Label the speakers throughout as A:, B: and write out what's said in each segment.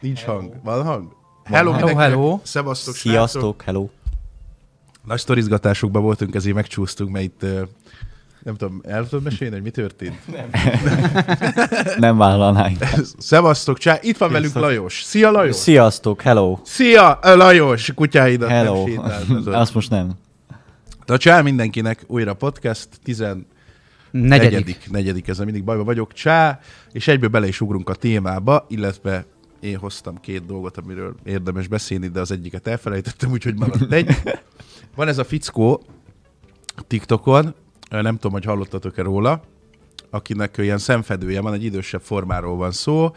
A: Nincs
B: Hello.
A: hang. Van hang? Hello,
C: hang.
A: hello,
C: Hello.
A: hello. Szevasztok, srácok.
C: Sziasztok, hello.
A: Nagy sztorizgatásokban voltunk, ezért megcsúsztunk, mert itt ö, nem tudom, el tudod mesélni, hogy mi történt?
C: Nem vállalnánk.
A: Szevasztok, csá, itt van velünk
C: Sziasztok.
A: Lajos. Szia, Lajos!
C: Sziasztok, hello.
A: Szia, ö, Lajos! Kutyáidat
C: Hello.
A: nem sétáltatod.
C: Azt most nem.
A: Tehát csá mindenkinek, újra podcast, 14.
B: Negyedik.
A: negyedik, negyedik ezzel mindig bajban vagyok, csá, és egyből bele is ugrunk a témába, illetve én hoztam két dolgot, amiről érdemes beszélni, de az egyiket elfelejtettem, úgyhogy maradt egy. Van ez a fickó TikTokon, ö, nem tudom, hogy hallottatok-e róla, akinek ilyen szemfedője van, egy idősebb formáról van szó,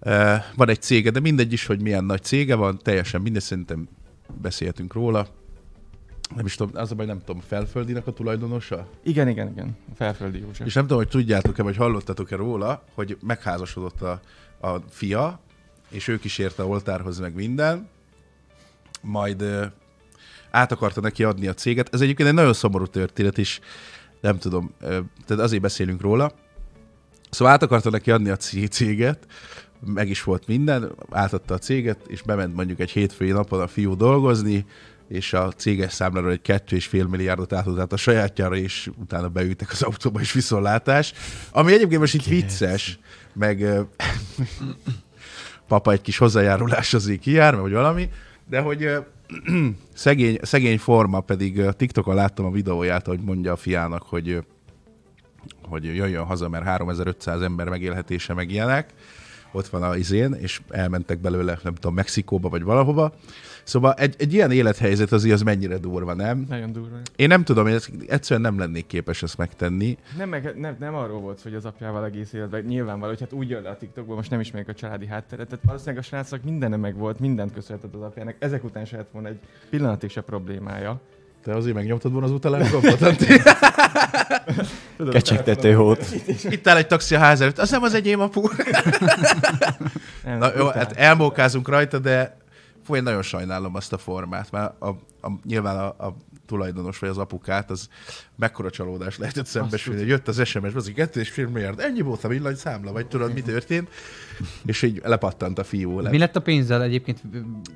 A: Ö, van egy cége, de mindegy is, hogy milyen nagy cége van, teljesen mindegy, szerintem beszéltünk róla. Nem is tudom, az a baj, nem tudom, felföldinek a tulajdonosa?
B: Igen, igen, igen. Felföldi József.
A: És nem tudom, hogy tudjátok-e, vagy hallottatok-e róla, hogy megházasodott a, a fia, és ő kísérte oltárhoz meg minden, majd ö, át akarta neki adni a céget. Ez egyébként egy nagyon szomorú történet is, nem tudom, ö, tehát azért beszélünk róla. Szóval át akarta neki adni a c- céget, meg is volt minden, átadta a céget, és bement mondjuk egy hétfői napon a fiú dolgozni, és a céges számláról egy 2,5 milliárdot átadott a sajátjára, és utána beültek az autóba, és viszontlátás. Ami egyébként most itt vicces, meg ö, papa egy kis hozzájárulás azért kijár, vagy valami, de hogy ö, szegény, szegény forma pedig ö, TikTokon láttam a videóját, hogy mondja a fiának, hogy ö, hogy jöjjön haza, mert 3500 ember megélhetése meg ilyenek. Ott van a izén, és elmentek belőle, nem tudom, Mexikóba vagy valahova. Szóval egy, egy ilyen élethelyzet azért az mennyire durva, nem?
B: Nagyon durva.
A: Én nem tudom, én ezt- egyszerűen nem lennék képes ezt megtenni.
B: Nem, meg, nem, nem arról volt szó, hogy az apjával egész életben, nyilvánvaló, hogy hát úgy jön le a TikTokból, most nem ismerik a családi hátteret, tehát valószínűleg a srácnak mindene meg volt, mindent köszönhetett az apjának, ezek után se lett volna egy pillanatig se problémája.
A: Te azért megnyomtad volna az utalási gombot, Antti?
B: Tudod,
C: Kecsegtető hót.
A: Itt áll egy taxi a ház előtt. Azt hiszem, az egy apu.
B: Nem,
A: Na jó,
B: után.
A: hát elmókázunk rajta, de fú, én nagyon sajnálom azt a formát, mert a, a, nyilván a, a tulajdonos vagy az apukát, az mekkora csalódás lehetett szembesülni. hogy Jött az SMS, az kettő és fél milliárd, ennyi volt a villanyszámla, vagy tudod, mi történt? És így lepattant a fiú. Le.
D: Mi lett a pénzzel egyébként?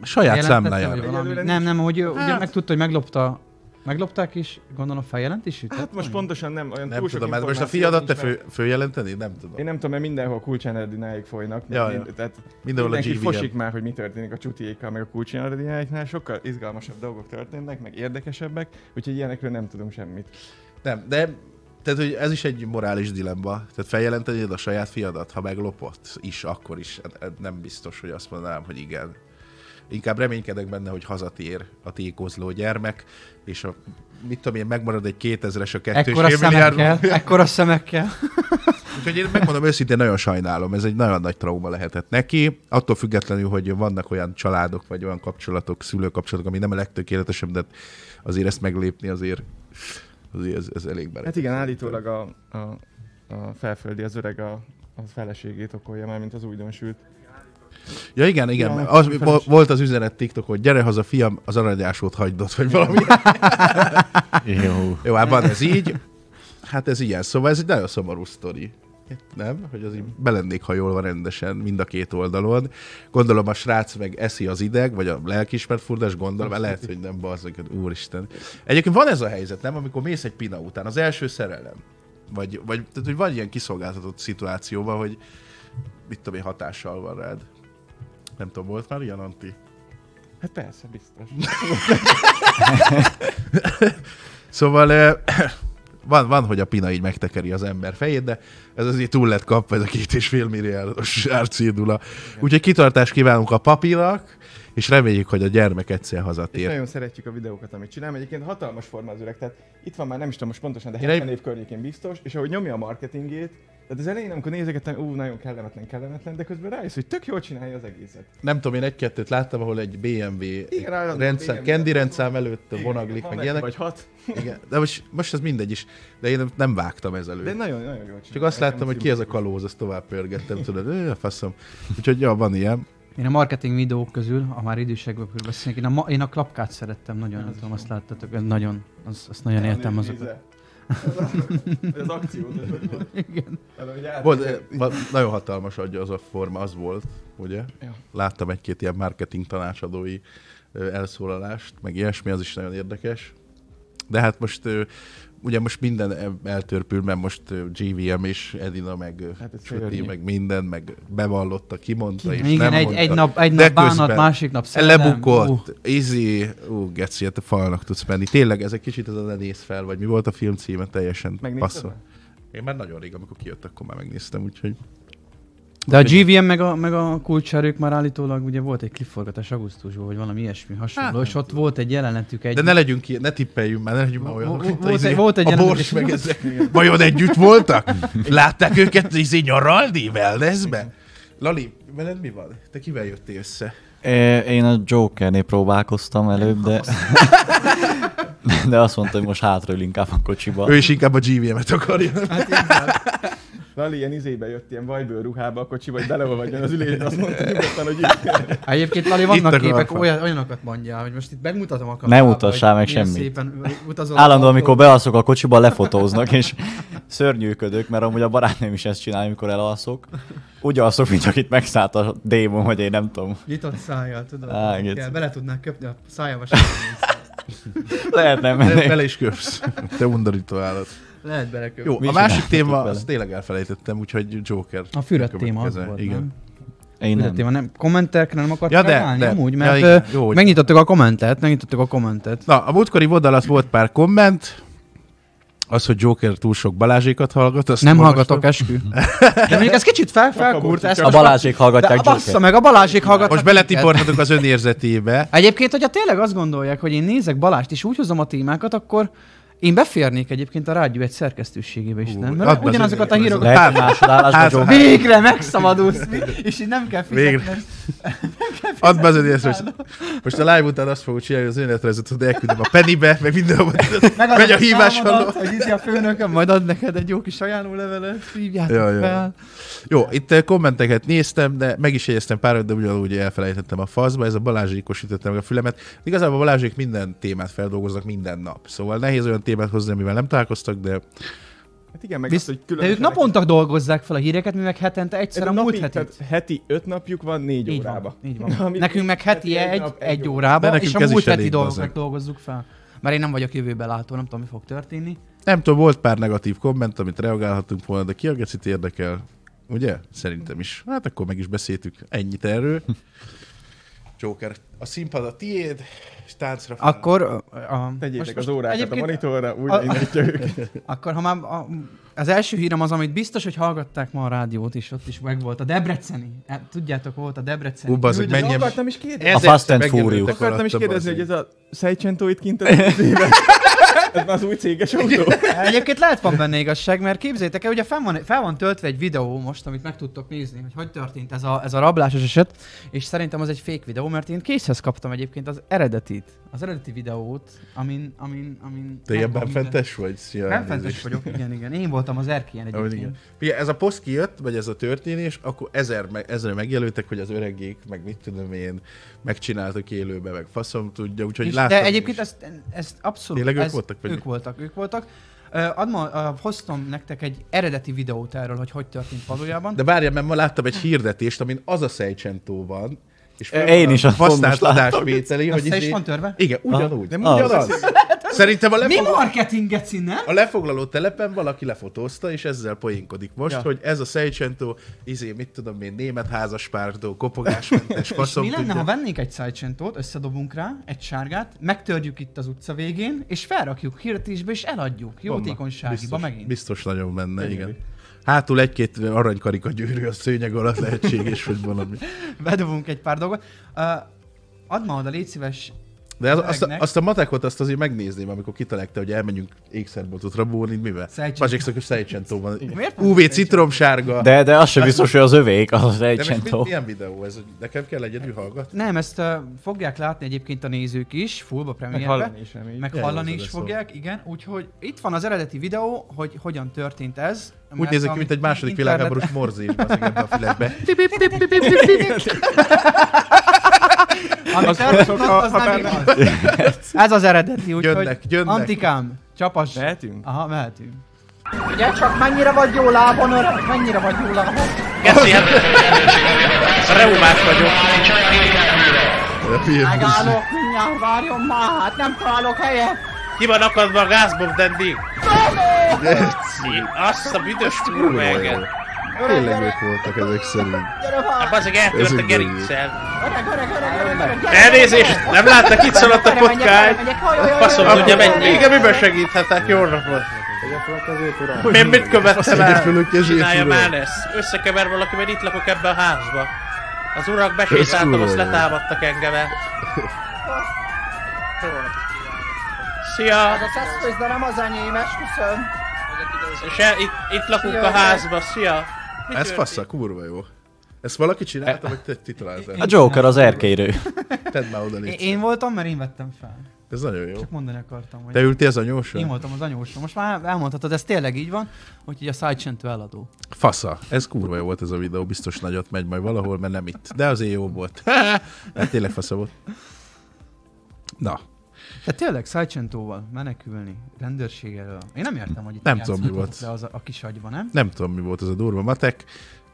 A: Saját
D: Bejelentette,
A: számlájára.
D: vagy valami?
B: Egyelőre
D: Nem, nem, hogy hát. ugye
A: Hát.
D: megtudta, hogy meglopta, meglopták is, gondolom feljelentését?
B: Hát most pontosan nem olyan
A: Nem
B: túl
A: tudom,
B: sok
A: mert most a
B: információ
A: fiadat te
B: nincs, mert-
A: fő, följelenteni? Nem tudom.
B: Én nem tudom, mert mindenhol kulcsánadináig folynak.
A: Ja,
B: Mind-
A: ja.
B: Tehát
A: Mindenhol a
B: mindenki
A: GVM.
B: fosik már, hogy mi történik a csutiékkal, meg a kulcsánadináiknál. Sokkal izgalmasabb dolgok történnek, meg érdekesebbek, úgyhogy ilyenekről nem tudunk semmit.
A: Nem, de tehát, hogy ez is egy morális dilemma. Tehát feljelentenéd a saját fiadat, ha meglopott is, akkor is. Hát, hát Nem biztos, hogy azt mondanám, hogy igen. Inkább reménykedek benne, hogy hazatér a tékozló gyermek, és a, mit tudom én, megmarad egy 2000-es a kettős
D: Ekkora szemekkel, ekkora szemekkel.
A: Úgyhogy én megmondom őszintén, nagyon sajnálom, ez egy nagyon nagy trauma lehetett neki. Attól függetlenül, hogy vannak olyan családok, vagy olyan kapcsolatok, szülőkapcsolatok, ami nem a legtökéletesebb, de azért ezt meglépni azért, azért ez, ez elég berek.
B: Hát igen, állítólag a, a, a felföldi, az öreg a, a feleségét okolja már, mint az újdonsült.
A: Ja igen, igen.
B: Ja,
A: az,
B: fel
A: vo-
B: is.
A: volt az üzenet TikTokon, gyere haza fiam, az aranyásót hagyd ott, vagy valami.
C: Jó.
A: Jó, hát van ez így. Hát ez ilyen. Szóval ez egy nagyon szomorú sztori. Nem? Hogy az így belennék hajolva rendesen mind a két oldalon. Gondolom a srác meg eszi az ideg, vagy a lelkismert furdás, gondolom, mert lehet, hogy nem bazd meg, hát úristen. Egyébként van ez a helyzet, nem? Amikor mész egy pina után, az első szerelem. Vagy, vagy tehát, hogy van ilyen kiszolgáltatott szituációban, hogy mit tudom én, hatással van rád. Nem tudom, volt már ilyen, Antti?
B: Hát persze, biztos.
A: Szóval ö, van, van, hogy a pina így megtekeri az ember fejét, de ez azért túl lett kapva ez a két és fél milliárdos árcédula. Úgyhogy kitartást kívánunk a papinak, és reméljük, hogy a gyermek egyszer
B: És
A: hazatér.
B: nagyon szeretjük a videókat, amit csinál. Egyébként hatalmas forma az öreg, tehát itt van már, nem is tudom most pontosan, de
A: Én
B: 70
A: egy-
B: év környékén biztos, és ahogy nyomja a marketingét, tehát az elején, amikor nézegettem, ú, nagyon kellemetlen, kellemetlen, de közben rájössz, hogy tök jól csinálja az egészet.
A: Nem tudom, én egy-kettőt láttam, ahol egy BMW
B: Igen, állandóan
A: rendszám,
B: BMW.
A: kendi rendszám előtt vonaglik,
B: Ha
A: meg
B: neki
A: ilyenek.
B: Vagy hat.
A: Igen. De most, most ez mindegy is, de én nem vágtam ezelőtt.
B: De nagyon, nagyon jól csinálja.
A: Csak azt
B: Nekem
A: láttam, hogy ki ez a kalóz, azt tovább pörgettem, tudod, ö, faszom. Úgyhogy ja, van ilyen.
D: Én a marketing videók közül, ha már idősekből beszélünk, én a, ma, én a klapkát szerettem nagyon, nem tudom, azt láttatok, ez nagyon, azt, azt nagyon éltem azokat.
B: íze. Ez az akció.
D: Igen.
A: Volt, eh, va- nagyon hatalmas adja az a forma, az volt, ugye?
B: Ja.
A: Láttam egy-két ilyen marketing tanácsadói ö, elszólalást, meg ilyesmi, az is nagyon érdekes. De hát most, ö, ugye most minden el- eltörpül, mert most ö, GVM is, Edina, meg
B: Hát ez
A: hát Suti,
B: szörnyű.
A: meg minden, meg bevallotta, kimondta, és
D: Igen,
A: nem
D: egy,
A: mondta.
D: egy nap, egy
A: De
D: nap bánat,
A: közben
D: másik nap szellem. Ú,
A: Lebukott, uh. easy, ú, geci, hát a falnak tudsz menni. Tényleg ez egy kicsit ez a ne néz fel, vagy mi volt a film címe, teljesen
B: Megnézted?
A: passzol. Én már nagyon rég, amikor kijött, akkor már megnéztem, úgyhogy
D: De a GVM meg a, meg a kulcserők már állítólag ugye volt egy klipforgatás augusztusban, vagy valami ilyesmi hasonló,
A: Hát,
D: és ott volt egy jelenetük egy...
A: De ne legyünk ki, ne tippeljünk már, ne legyünk már
D: Vo-
A: olyanok,
D: vo-
A: mint
D: volt
A: izé-
D: egy- volt egy
A: a
D: jelenet,
A: bors
D: és-
A: meg ezek. Vajon együtt voltak? Látták őket izé nyaralni wellnessbe? Lali, veled mi van? Te kivel jöttél össze?
C: É, Én a Jokernél próbálkoztam előbb, de... De azt mondta, hogy most hátről inkább a kocsiba.
A: Ő is inkább a GVM-et akarja.
B: Lali ilyen izébe jött, ilyen vajbőr ruhába a kocsi, vagy beleolvadjon az ülésre, azt mondta nyugodtan, hogy így.
D: Há, Egyébként Lali,
A: Itt a
D: vannak képek,
A: garfa.
D: olyan, olyanokat mondja, hogy most itt megmutatom a
C: Ne mutassál meg
D: milyen
C: semmit.
D: Szépen utazol
C: Állandóan, amikor bealszok a kocsiba, lefotóznak, és szörnyűködök, mert amúgy a barátnőm is ezt csinálja, amikor elalszok. Úgy alszok, mint akit megszállt a démon, vagy én nem tudom.
D: Nyitott szájjal, tudod.
C: Á,
D: Á,
C: geci.
D: kell, bele tudnák köpni a szájába semmit.
C: Lehet nem
A: Te
C: menni.
A: Bele is köpsz. Te undorító állat.
D: Lehet beleköpni.
A: Jó,
C: Mi
A: a
C: is
A: másik
C: csináltuk
A: téma,
C: vele.
A: azt tényleg elfelejtettem, úgyhogy Joker.
D: A füred téma az
A: következő.
D: volt,
A: Igen.
D: nem?
C: Én
D: Füred
C: nem.
D: téma, nem. Kommentekre nem akartál
A: Ja, de,
D: állni
A: de.
D: amúgy?
A: Ja,
D: Mert
A: igen.
D: ja,
A: Jó, hogy-
D: megnyitottuk a kommentet, megnyitottuk a kommentet.
A: Na, a múltkori vod alatt volt pár komment, az, hogy Joker túl sok Balázsékat hallgat, azt
D: Nem
A: olvastam.
D: hallgatok, eskü. De mondjuk ez kicsit fel, felkúrt ezt.
C: A Balázsék
D: De
C: hallgatják
D: bassza
C: Joker.
D: meg, a Balázsék hallgatnak
A: Most beletiportatok az önérzetébe.
D: Egyébként, hogyha tényleg azt gondolják, hogy én nézek Balást és úgy hozom a témákat, akkor én beférnék egyébként a rádió egy szerkesztőségébe is,
A: Ú,
D: nem?
A: add
D: Mert
A: be hát az
D: ugyanazokat a
A: önéletet.
D: hírokat...
C: Lehet, hogy másodállásban
A: Hát-
C: Joker.
D: Végre megszabadulsz, mi? és így nem kell fizetni.
A: Végre. Add be az önéletet, most, most a live után azt fogod csinálni, hogy az önérzetet elküldöm a Pennybe, meg mindenhol.
D: Megadom
A: Megy a
D: számodat,
A: hívás halló.
D: Hogy így a főnököm, majd ad neked egy jó kis ajánlólevelet, hívjátok
A: Ja, ja.
D: fel.
A: Jó, itt eh, kommenteket néztem, de meg is jegyeztem párat, de ugyanúgy elfelejtettem a faszba, ez a Balázsékos ütötte meg a fülemet. Igazából a Balázsék minden témát feldolgoznak minden nap, szóval nehéz olyan témát hozni, amivel nem találkoztak, de
B: Hát igen, meg azt,
D: Visz-
B: hogy
D: De ők
B: különösen...
D: naponta dolgozzák fel a híreket, mi meg hetente egyszer a
B: napi-
D: múlt hetet.
B: tehát heti öt napjuk van, négy
D: Így
B: órába.
D: van, így van.
B: Ami-
D: Nekünk meg heti egy,
B: nap,
D: egy
B: óra.
A: De
D: órába,
A: nekünk
D: és a
A: ez is
D: múlt heti
A: elég,
D: dolgokat
A: bazzeg.
D: dolgozzuk fel. Mert én nem vagyok jövőbe látó, nem tudom, mi fog történni.
A: nem tudom, volt pár negatív komment, amit reagálhatunk volna, de ki a gecit érdekel, ugye? Szerintem is. Hát akkor meg is beszéltük ennyit erről. Joker, a színpad a tiéd, és táncra fel.
D: Akkor, a, a,
B: Tegyétek az
D: most
B: órákat a
D: egyébként-
B: monitorra, úgy
D: a-
B: indítja őket.
D: akkor ha már a, az első hírem az, amit biztos, hogy hallgatták ma a rádiót is, ott is meg volt a Debreceni. Hát, Tudjátok, volt a Debreceni.
A: Ú, bazeg,
D: Küldöző-
A: menjen.
B: Akartam is kérdezni.
A: Ezerszer
C: A Fast and
A: megjelöltek
C: Furious.
B: Akartam is
A: alatta,
B: kérdezni,
A: bazeg.
B: hogy ez a Seicento itt kint az izébe. Ez már az új céges autó.
D: Egyébként lehet van benne igazság, mert képzétek el, ugye fel van, fel van töltve egy videó most, amit meg tudtok nézni, hogy hogy történt ez a, ez a rablásos eset, és szerintem az egy fake videó, mert én készhez kaptam egyébként az eredetit, az eredeti videót, amin... amin, amin
A: Te ilyen
D: megvan minden.
A: benfentes vagy? Szia,
D: Benfentes
A: elnézést.
D: vagyok, igen, igen. Én voltam az erkélyen
A: Jó,
D: egyébként.
A: igen. Figyelj, ez a poszt kijött, vagy ez a történés, akkor ezer, me- ezerre megjelöltek, hogy az öregék, meg mit tudom én, megcsináltak élőbe, meg faszom tudja, úgyhogy
D: És-
A: láttam
D: De
A: én
D: egyébként
A: is.
D: ezt, ezt abszolút...
A: Tényleg ők
D: ez,
A: voltak, vagy
D: Ők
A: mi?
D: voltak, ők voltak. Ö, Adma, ö, hoztam nektek egy eredeti videót erről, hogy hogy történt valójában.
A: De várjál, mert ma láttam egy hirdetést, amin az a Szejcsentó van, és fel
C: Én
A: van
C: is
A: a
C: azt pont
A: használt
C: most láttam.
A: adás véceli, hogy
D: Össze is
A: izé-
D: van törve?
A: Igen, ugyanúgy.
C: Ah,
A: Nem
C: az.
A: ugyanaz. Szerintem a,
D: Hát, Mi
A: lefoglaló,
D: marketing, geci, nem?
A: a lefoglaló telepen valaki lefotózta, és ezzel poénkodik most, ja. hogy ez a Szejcsentó, izé, mit tudom én, német házaspártó, kopogásmentes,
D: És
A: faszom
D: mi lenne,
A: tudja.
D: ha vennénk egy szájcsentót, összedobunk rá egy sárgát, megtörjük itt az utca végén, és felrakjuk hirdetésbe, és eladjuk jótékonyságiba
A: biztos,
D: megint.
A: Biztos nagyon menne, igen. Hátul egy-két aranykarika gyűrű a szőnyeg alatt lehetséges, hogy valami.
D: Bedobunk egy pár dolgot. Uh, add ma oda, légy szíves.
A: De az, azt,
D: Öregnek.
A: a- azt, a matekot azt azért megnézném, amikor kitalálta, hogy elmenjünk ékszerboltot rabolni, mivel?
D: Szejcsentó.
A: Pazsikszak, hogy Szejcsentó van.
D: Miért van
A: UV
D: Szejcsentó?
A: citromsárga.
C: De, de az sem biztos, hogy az övék, az egy
A: De most mit,
C: csentó.
A: milyen videó ez? Nekem kell egyedül hallgatni?
D: Nem, ezt uh, fogják látni egyébként a nézők is, fullba
B: Meg
D: premierbe.
B: hallani is reméljük.
D: Meg
A: Ja,
D: hallani
A: jó,
D: is
A: ez a szó.
D: fogják, igen. Úgyhogy itt van az eredeti videó, hogy hogyan történt ez.
A: Úgy
D: Mert
A: nézek ki,
D: amit
A: mint egy második
D: internet-
A: világháborús morzés bazeg ebbe a fületbe.
D: Amit elmondott, az nem igaz. Ez az eredeti, úgyhogy...
A: Jönnek, jönnek.
D: Antikám, Csapas.
B: Mehetünk?
D: Aha, mehetünk. Ugye csak mennyire vagy jó lábon, öreg? Mennyire vagy jó lábon?
E: Geci, hát reumás vagyok.
D: Megállok, mindjárt várjon már, hát nem találok helyet.
E: Ki van akadva a gázbomb, Dandy? Mi? Azt a büdös kurva enged.
A: Tényleg ők voltak ezek szerint.
D: Gyere
E: Hát
D: már!
E: bazeg eltört
A: Ez
E: a
A: így
E: gerincem.
D: Öreg, öreg, öreg, öreg, öreg, gyere!
E: Elnézést, nem láttak, itt szaladt a
D: Gyere, menjek, gyere,
E: potkány.
D: menjek, haj, haj, haj,
E: Faszom
D: haj,
E: tudja,
D: haj,
E: menj.
D: haj,
E: Igen, miben segíthetek? Jó napot. Miért mit követtem
A: Ezért
E: el?
A: fölök kezét
E: Csinálja
A: uram.
E: már ezt. Összekever valaki, mert itt lakok ebbe a házba. Az urak besétáltam,
A: kurva
E: azt
A: jó.
E: letámadtak engem el. Szia!
D: Ez a szeszfőz, de nem az enyémes, köszön.
E: És el, itt, itt lakunk
D: Szia,
E: a
D: öreg.
E: házba, szia! Mi
A: Ez
E: történt?
A: fassza, kurva jó. Ezt valaki csinálta, vagy te ti
C: A
A: találtál?
C: Joker az erkérő.
A: Tedd már oda, légy.
D: Én voltam, mert én vettem fel.
A: Ez nagyon jó.
D: Csak mondani akartam, hogy...
A: Te ültél az
D: Én
A: anyósra?
D: voltam az anyósom. Most már elmondhatod, ez tényleg így van, úgyhogy a szájcsentő eladó.
A: Fasza. Ez kurva jó volt ez a videó, biztos nagyot megy majd valahol, mert nem itt. De azért jó volt. Hát tényleg fasza volt. Na,
D: Tehát tényleg szájcsentóval menekülni, rendőrség elől. Én nem értem, hogy itt
A: Nem tudom, mi
D: játszhatott
A: volt.
D: le az a, a kis agyba, nem?
A: nem tudom, mi volt ez a durva matek,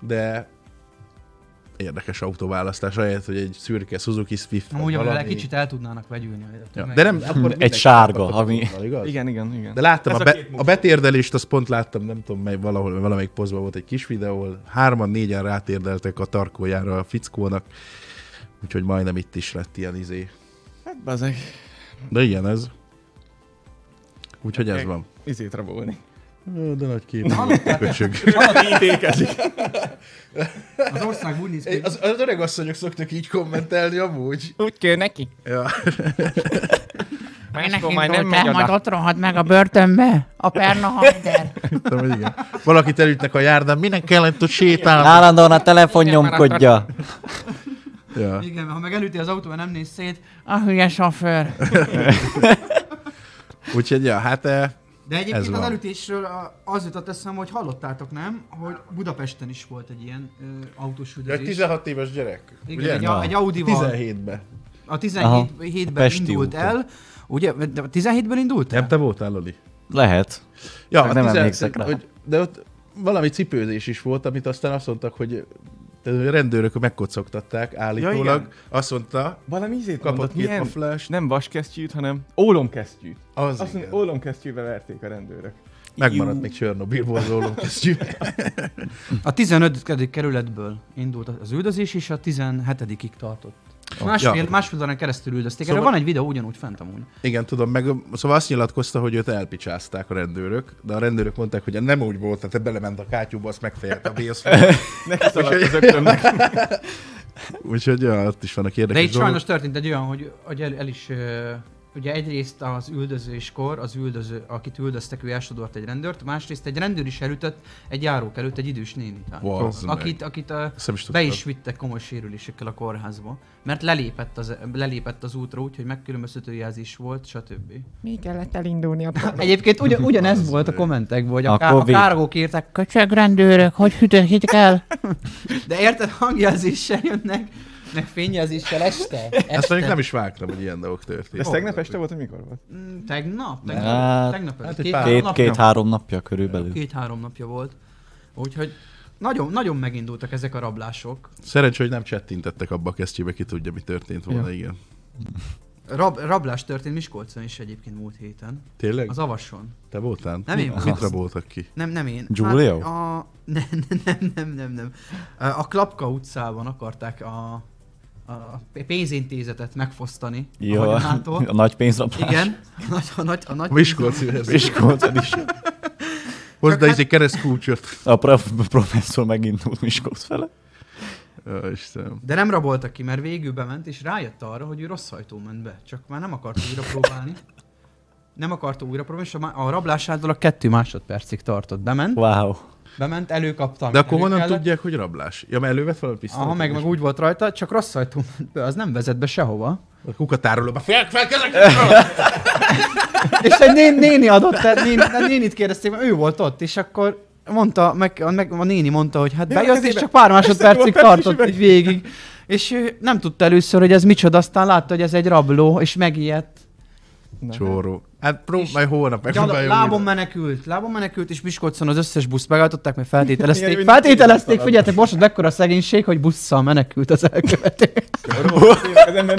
A: de érdekes autóválasztás, ahelyett, hogy egy szürke Suzuki Swift. vagy
D: Amúgy amivel
A: valami.
D: kicsit el tudnának vegyülni.
A: Ja, de nem, akkor
C: Egy
A: mindenki
C: sárga,
A: kapott a
C: ami-
A: fotóval, Igaz?
B: Igen, igen, igen.
A: De láttam,
B: Ez
A: a,
B: a
A: be,
B: két
A: a betérdelést azt pont láttam, nem tudom mely, valahol, valamelyik pozban volt egy kis videó, hárman, négyen rátérdeltek a tarkójára a fickónak, úgyhogy majdnem itt is lett ilyen izé.
B: Hát bazeg,
A: De ilyen ez. Úgyhogy ez van.
B: izét rabolni.
A: Ö, De nagy kép. Köcsög.
D: Az ország úgy néz ki,
A: Az, az öreg asszonyok szoktak így kommentelni amúgy.
B: Úgy kell neki.
A: Ja.
B: Máskor majd nem megy
F: majd
B: oda.
F: ott rohad meg a börtönbe, a perna hajder.
A: Tudom, hogy igen. Valakit elütnek a járdán, minek kellett ott sétálni?
C: Állandóan a telefon nyomkodja.
A: Ja.
D: igen, ha meg elüti az autó, mert nem néz szét,
F: A hülye sofőr.
A: Úgyhogy ja, hát eh,
D: De
A: Ez
D: egyébként
A: van.
D: az elütésről a- az jutott eszembe, hogy hallottátok, nem? Hogy Budapesten is volt egy ilyen ö, autós
A: egy
D: üldözés.
A: 16 éves gyerek.
D: Igen, egy,
C: Na.
D: a, egy Audi-val.
A: 17-ben.
D: A
C: Aha.
D: 17-ben
C: Pesti
D: indult
C: úton.
D: el. Ugye, de a 17-ben indult el?
A: Nem te voltál, Loli?
C: Lehet.
A: Ja,
C: Meg
A: a
C: nem
A: 16
C: emlékszek rá.
A: Hogy, de ott valami cipőzés is volt, amit aztán azt mondtak, hogy tehát a rendőrök megkocogtatták állítólag.
B: igen.
A: azt mondta,
B: Valami izét
A: kapott
B: kapott
A: két a
B: milyen?
A: flash.
B: Nem vaskesztyűt, hanem ólomkesztyűt.
A: Az igen.
B: Azt mondja, ólomkesztyűvel verték a rendőrök.
A: Megmaradt még Csernobilból az ólomkesztyű.
D: A 15. kerületből indult az üldözés, és a 17-ig tartott. Másfél,
A: ja.
D: másfél órán keresztül üldözték. Erre
A: Szóval-
D: van egy videó ugyanúgy fent amúgy.
A: Igen, tudom, meg szóval azt nyilatkozta, hogy őt elpicsázták a rendőrök, de a rendőrök mondták, hogy nem úgy volt, tehát belement a kátyúba, azt megfejelt a bészfél.
B: Neki szaladt az ökönnek.
A: Úgyhogy ja, ott is vannak
D: De
A: érdekes
D: itt sajnos történt egy olyan, hogy, hogy el, el is... ö, Ugye egyrészt az üldözéskor, az üldöző, akit üldöztek, ő elsodort egy rendőrt, másrészt egy rendőr is elütött egy járók előtt egy idős nénit.
A: Bazd meg.
D: Akit, akit a,
A: Azt nem is
D: be
A: tudtam.
D: is vittek komoly sérülésekkel a kórházba, mert lelépett az, lelépett az útra úgy, hogy megkülönböztető jelzés volt, stb.
F: Mi kellett elindulni a
D: Egyébként ugyan, ugyanez volt a kommentekben, hogy a,
C: A
D: a, a
C: Covid.
D: kárgók írták,
F: Köcsög rendőrök, hogy hűtőkít kell?
D: de érted, hangjelzéssel jönnek, meg fényjelzéssel este.
A: Ezt
D: este.
A: mondjuk nem is vágtam, hogy ilyen dolgok történtek.
B: Ez tegnap este volt, hogy mikor volt?
D: Mm, Tegnap? Tegnap,
C: Hát,
D: tegnap
A: hát
D: hát
A: egy
D: két,
A: pár-
D: három
C: Két-
D: napja, két,
C: Két-három napja körülbelül.
D: három napja volt. Úgyhogy nagyon, nagyon megindultak ezek a rablások.
A: Szerencsé, hogy nem csettintettek abba a kesztyűbe, ki tudja, mi történt volna, igen.
D: Rab, rablás történt Miskolcon is egyébként múlt héten.
A: Tényleg?
D: Az Avason.
A: Te voltál?
D: Nem én
A: Mit
D: voltam.
A: raboltak ki?
D: Nem, nem én.
C: Giulio?
D: Hát, a... Nem, nem, nem, nem, nem. A Klapka utcában akarták a, a pénzintézetet megfosztani. a
C: Jó,
D: vagyonától.
C: a nagy pénzrablás.
D: Igen. A nagy, a nagy, a nagy
A: A Miskolcihez.
C: Miskolcon is.
A: Hozd ide
D: hát-
A: egy keresztkulcsot.
C: A prof- professzor megindult Miskolc fele.
A: Ó, Istenem.
D: De nem raboltak ki, mert végül bement, és rájött arra, hogy ő rossz ajtó ment be. Csak már nem akart újra próbálni. Nem akart újra próbálni, és a, má- a rablásától a kettő másodpercig tartott. Bement,
C: Wow.
D: bement, előkaptam.
A: De akkor honnan tudják, hogy rablás? Ja, mert elővet valami pisztolyt?
D: Aha, meg, meg úgy volt rajta, csak rossz ajtó ment be, az nem vezet be sehova.
A: A kukatárolóba. Fel, fel, kezek!
D: És egy nén, néni adott, tehát néni, a nénit kérdezték, mert ő volt ott, és akkor mondta, meg, a- meg a néni mondta, hogy hát bejött, és csak pár másodpercig tartott így végig. És ő nem tudta először, hogy ez micsoda, aztán látta, hogy ez egy rabló, és megijedt.
A: Csóró. Hát prób, majd holnap
D: Gyal-
A: megpróbáljuk.
D: lábon menekült, lábon menekült, és Miskolcon az összes buszt megálltották, mert feltételezték.
B: Igen,
D: feltételezték, figyeljetek, most ott mekkora szegénység, hogy busszal menekült az elkövető.
B: Az ember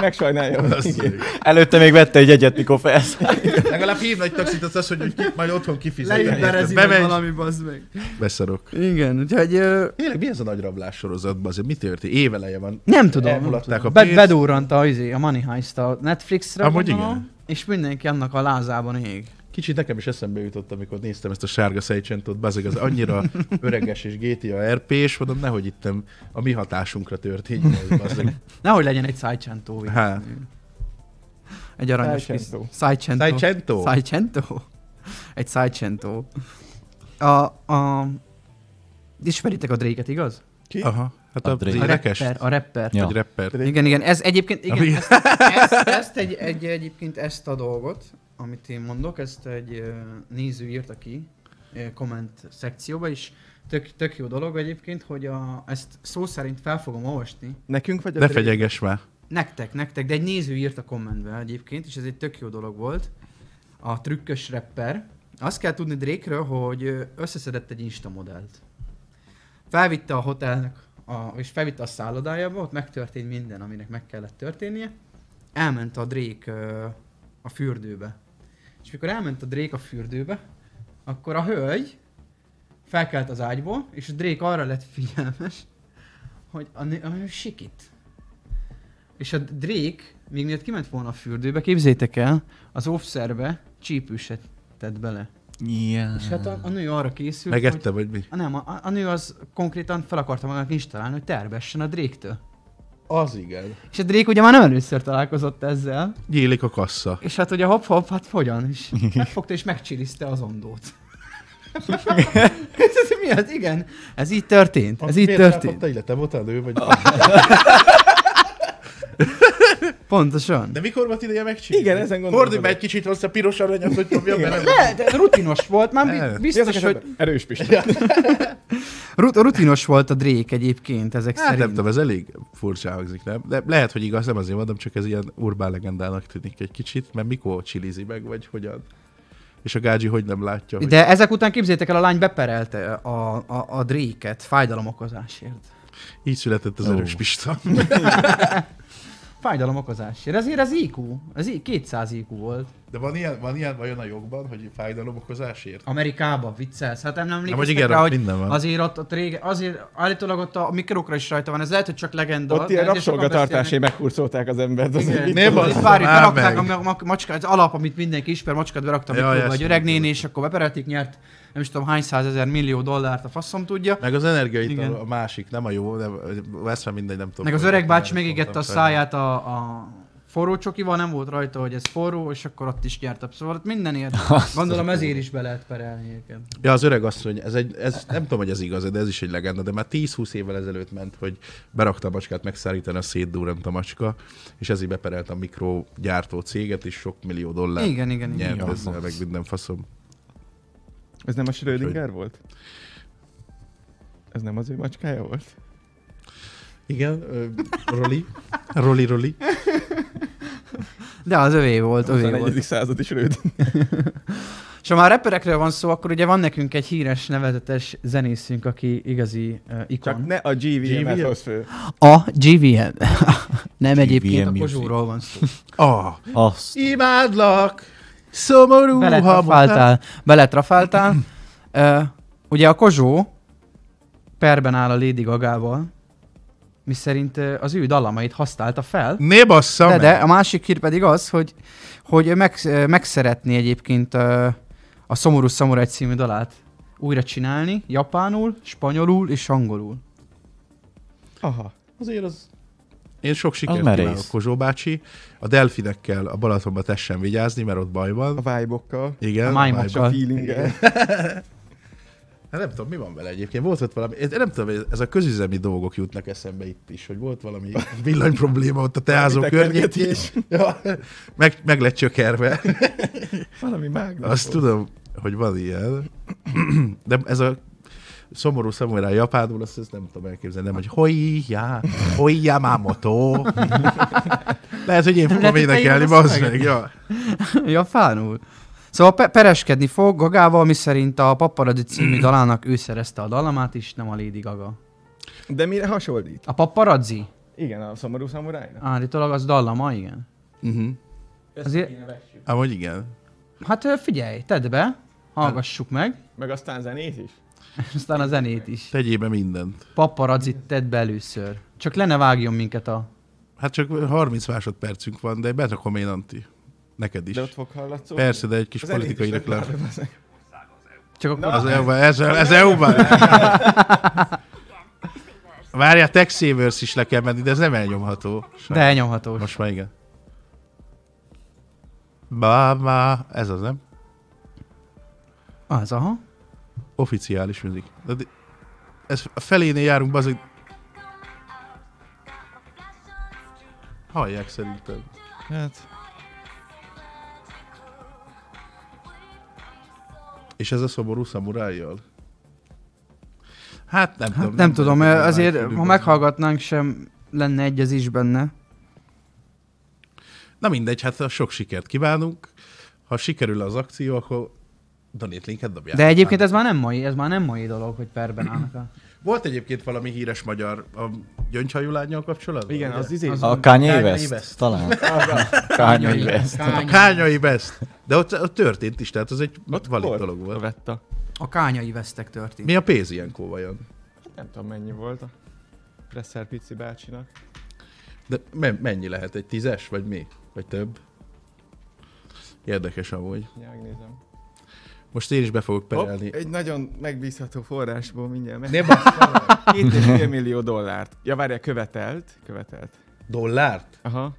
B: megsajnálja. hogy-
A: Az
B: Igen.
A: ég.
C: Előtte még vette egy egyet, mikor felszállt.
A: Legalább hív nagy taxit, az az, hogy úgy ki- majd otthon kifizetem.
D: valami, bazd meg.
A: Beszarok.
D: Igen, úgyhogy ö,
A: Tényleg mi ez a nagy rablás sorozatban? Azért mi történt? Éveleje van.
D: nem tudom. Nem
A: Elmulatták
D: tudom.
A: a
D: Be-
A: pénzt.
D: bedurrant a, izé, a Money Heist a Netflixre.
A: Amúgy
D: gondolom,
A: igen.
D: És mindenki annak a lázában ég.
A: Kicsit nekem is eszembe jutott, amikor néztem ezt a sárga szejcsentot, bazeg, az annyira öreges és GTA RP, és mondom, nehogy ittem a mi hatásunkra történjen ez, bazeg.
D: Nehogy legyen egy Szájcsentó.
A: Hát.
D: Egy aranyos kis...
B: Szájcsentó.
D: Szájcsentó.
A: Szájcsentó?
D: Szájcsentó. Egy Szájcsentó. A, a... Ismeritek a Drake-et, igaz?
A: Aha. Hát a,
C: A
A: a,
C: Drake.
A: a rekes,
D: rapper, a rapper.
C: Ja.
A: vagy rapper.
D: Igen, igen, ez egyébként, igen,
A: Ami-
D: ezt, ezt, ezt egy, egy, egyébként ezt a dolgot, amit én mondok, ezt egy ö, néző írta ki ö, komment szekcióba, és tök, tök jó dolog egyébként, hogy a, ezt szó szerint fel fogom olvasni,
B: Nekünk vagy a
A: Ne
B: Drake?
A: fegyeges már.
D: Nektek, nektek, de egy néző írt a kommentbe egyébként, és ez egy tök jó dolog volt. A trükkös rapper. Azt kell tudni Drake-ről, hogy ö, összeszedett egy Insta modellt. Felvitte a hotelnek, a, és felvitte a szállodájába, ott megtörtént minden, aminek meg kellett történnie. Elment a Drake ö, a fürdőbe. És mikor elment a Drake a fürdőbe, akkor a hölgy felkelt az ágyból, és a Drake arra lett figyelmes, hogy a nő, a nő sikít. És a Drake, még miatt kiment volna a fürdőbe, képzétek el, az offszerbe csípőset tett bele.
C: Igen.
D: És hát a, a nő arra készült,
A: Megette, vagy mi?
D: hogy... A, nem, a, a nő az konkrétan fel akarta magának is találni, hogy terbessen a Drake-től.
A: Az igen.
D: És a Drake ugye már nem először találkozott ezzel,
A: Nyílik a kassa.
D: és hát ugye hop-hop, hát hogyan is. Megfogta és megcsilizte az ondót. ez mi az? Igen. Ez így történt. Ez így történt.
A: Te illete volt elő, vagy...
D: Pontosan.
A: De mikor volt ideje megcsinálni?
B: Igen, ezen
A: Fordulj
B: gondolkodom.
A: be egy kicsit hozzá a piros aranyat, hogy nyomja bele.
D: Ne, de rutinos volt, már
A: Ne.
D: bi-
B: Mi az a
D: biztos, hogy
B: kedvenc? Erős Pista.
D: Rut- rutinos volt a Drake egyébként ezek hát,
A: Hát nem
D: szerint.
A: tudom, ez elég furcsa hangzik, nem? De lehet, hogy igaz, nem azért mondom, csak ez ilyen urbán legendának tűnik egy kicsit, mert mikor csilizi meg, vagy hogyan? És a gágyi hogy nem látja, hogy...
D: De ezek után képzétek el, a lány beperelte a, a, a Drake-et fájdalomokozásért.
A: így született az
C: Ó.
A: erős Pista.
D: Fájdalomokozásért. Ezért ez IQ. Ez í- 200 IQ volt.
A: De van ilyen, van ilyen vajon a jogban, hogy fájdalomokozásért?
D: Amerikába, viccelsz. Hát nem
A: Nem, hogy
D: emlékeztek
A: igen,
D: rá, hogy
A: minden van.
D: azért ott, ott rége, azért állítólag ott a mikrokra is rajta van. Ez lehet, hogy csak legenda.
B: Ott ilyen
D: de azért sokan
B: rabszolgatartásé megkurcolták az embert. Az
D: beszélnek.
A: Nem,
D: Igen,
A: az-
D: Itt várjuk,
A: már
D: berakták a
A: meg.
D: ma- ma- macskát, az alap, amit mindenki ismer, macskát beraktam
A: Jaj,
D: mikróba
A: ezt
D: egy öreg
A: nem
D: néni, és akkor beperelték, nyert nem is tudom hány százezer millió dollárt, a faszom tudja.
A: Meg az
D: Igen.
A: energiaital a másik, nem a jó, nem, ezt már mindegy, nem tudom.
D: Meg az
A: hogy-
D: öreg bácsi
A: nem
D: megégette a
A: mondtam fel.
D: száját a, a forró csokival, nem volt rajta, hogy ez forró, és akkor ott is nyertebb. Szóval ott mindenért, gondolom ezért is be lehet perelni őket.
A: Ja, az öreg asszony, ez egy, ez, nem tudom, hogy ez igaz, de ez is egy legenda, de már 10-20 évvel ezelőtt ment, hogy berakta a macskát megszállítani, a szétdúrant a macska, és ezért beperelt a mikrogyártó céget, és sok millió dollár
D: Igen, igen, igen.
A: nyert ezzel, meg minden faszom.
B: Ez nem a Schrödinger volt? Ez nem az ő macskája volt?
A: Igen, ö, Roli, Roli, Roli.
D: De az övé volt, övé volt.
B: 21. század is Schrödinger.
D: És ha már rapperekről van szó, akkor ugye van nekünk egy híres, nevezetes zenészünk, aki igazi uh, ikon.
B: Csak ne a GVM-et hoz föl.
D: A GVM. nem egyébként a
C: music.
D: Kozsóról van szó.
A: Ah,
C: Azt.
A: imádlak, szomorú hamután.
D: Beletrafáltál. Beletrafáltál. Ö, ugye a Kozsó perben áll a Lady Gagával, miszerint ö, az ő dallamait használta fel.
A: Ne bassza
D: De,
A: meg!
D: de a másik hír pedig az, hogy, hogy meg, ö, megszeretné egyébként ö, a Szomorú Szamurai című dalát újra csinálni, japánul, spanyolul és angolul.
B: Aha.
A: Azért az... Én sok sikert
C: merész.
A: kívánok, Kozsó bácsi. A delfinekkel a Balatonba tessen vigyázni, mert ott baj van.
B: A vibe-okkal.
A: Igen,
D: A
A: baj-
D: májmokkal.
B: feelinggel.
A: Hát nem tudom, mi van vele egyébként. Volt ott valami, ez- nem tudom, ez a közüzemi dolgok jutnak eszembe itt is, hogy volt valami villany probléma ott a teázó
B: Valami
A: környékén.
B: tekergetés.
A: Ja, meg, meg lett csökerve.
B: Valami mágnes
A: Azt tudom, hogy van ilyen. De ez a szomorú szamurái japánul, azt, ezt nem tudom elképzelni, nem, hogy hoi, já, hoi, já, mamoto. Lehet, hogy én fogom
D: lehet, hogy te
A: énekelni,
D: írod a
A: bazd
D: szöveget.
A: meg. Ja.
D: ja, fánul. Szóval pe- pereskedni fog Gagával, miszerint a Paparazzi című dalának ő szerezte a dalamát is, nem a Lady Gaga.
B: De mire hasonlít?
D: A Paparazzi?
B: Igen, a szomorú szamurájnak.
D: Állítólag az dallama, igen.
B: Mhm.
A: Uh-huh.
D: Azért,
A: Amúgy igen.
D: hát ö, figyelj, tedd be, hallgassuk meg,
B: Meg aztán zenét is.
D: és aztán a zenét is.
A: Tegyél be mindent.
D: Paparazzi tedd be először. Csak le ne vágjon minket a...
A: Hát csak 30 másodpercünk van, de berakom én Anti. Neked is.
B: De ott fog hallatszódni?
A: Persze, de egy kis
B: A zenét
A: politikai
B: is
A: reklám.
B: megtalálod, bazd meg.
D: Csak akkor...
A: Az EU-ban, ez, ez EU-ban. Várjál, Tech Savers is le kell menni, de ez nem elnyomható.
D: De elnyomhatós.
A: Most már igen. Bámá, ez az nem?
D: Az, aha. Hát
A: Oficiális műzik. De di- Ez a felénél járunk, bazeg. Hallják szerintem.
B: Hát,
A: És ez a szomorú szamurájjal? Hát nem
D: Hát
A: tudom.
D: nem tudom, ö, azért
A: körülbelül.
D: ha meghallgatnánk sem lenne egyezés benne.
A: Na mindegy, hát sok sikert kívánunk. Ha sikerül az akció, akkor Donét linket dobják.
D: De egyébként ez már nem mai, ez már nem mai dolog, hogy perben állnak a...
A: Volt egyébként valami híres magyar a gyöngyhajú lányjal kapcsolatban?
B: igen, az izé.
D: Az-
C: A Kanye
A: Kanye
C: West?
A: West.
C: Talán. Kanye West.
A: A kányai best. De ott, ott történt is, tehát az egy valid
B: volt.
A: dolog volt.
B: Vetta.
D: A kányai vesztek történt.
A: Mi a pénz ilyenkor vajon?
B: Nem tudom mennyi volt a Presser Pici bácsinak.
A: De me- mennyi lehet? Egy tízes? Vagy mi? Vagy több? Érdekes amúgy.
B: Mindjárt megnézem.
A: Most én is be fogok perelni.
B: Hopp, egy nagyon megbízható forrásból mindjárt meg.
A: Ne basz-
B: 2,5 millió dollárt. Ja, várjál, követelt. Követelt.
A: Dollárt?
B: Aha.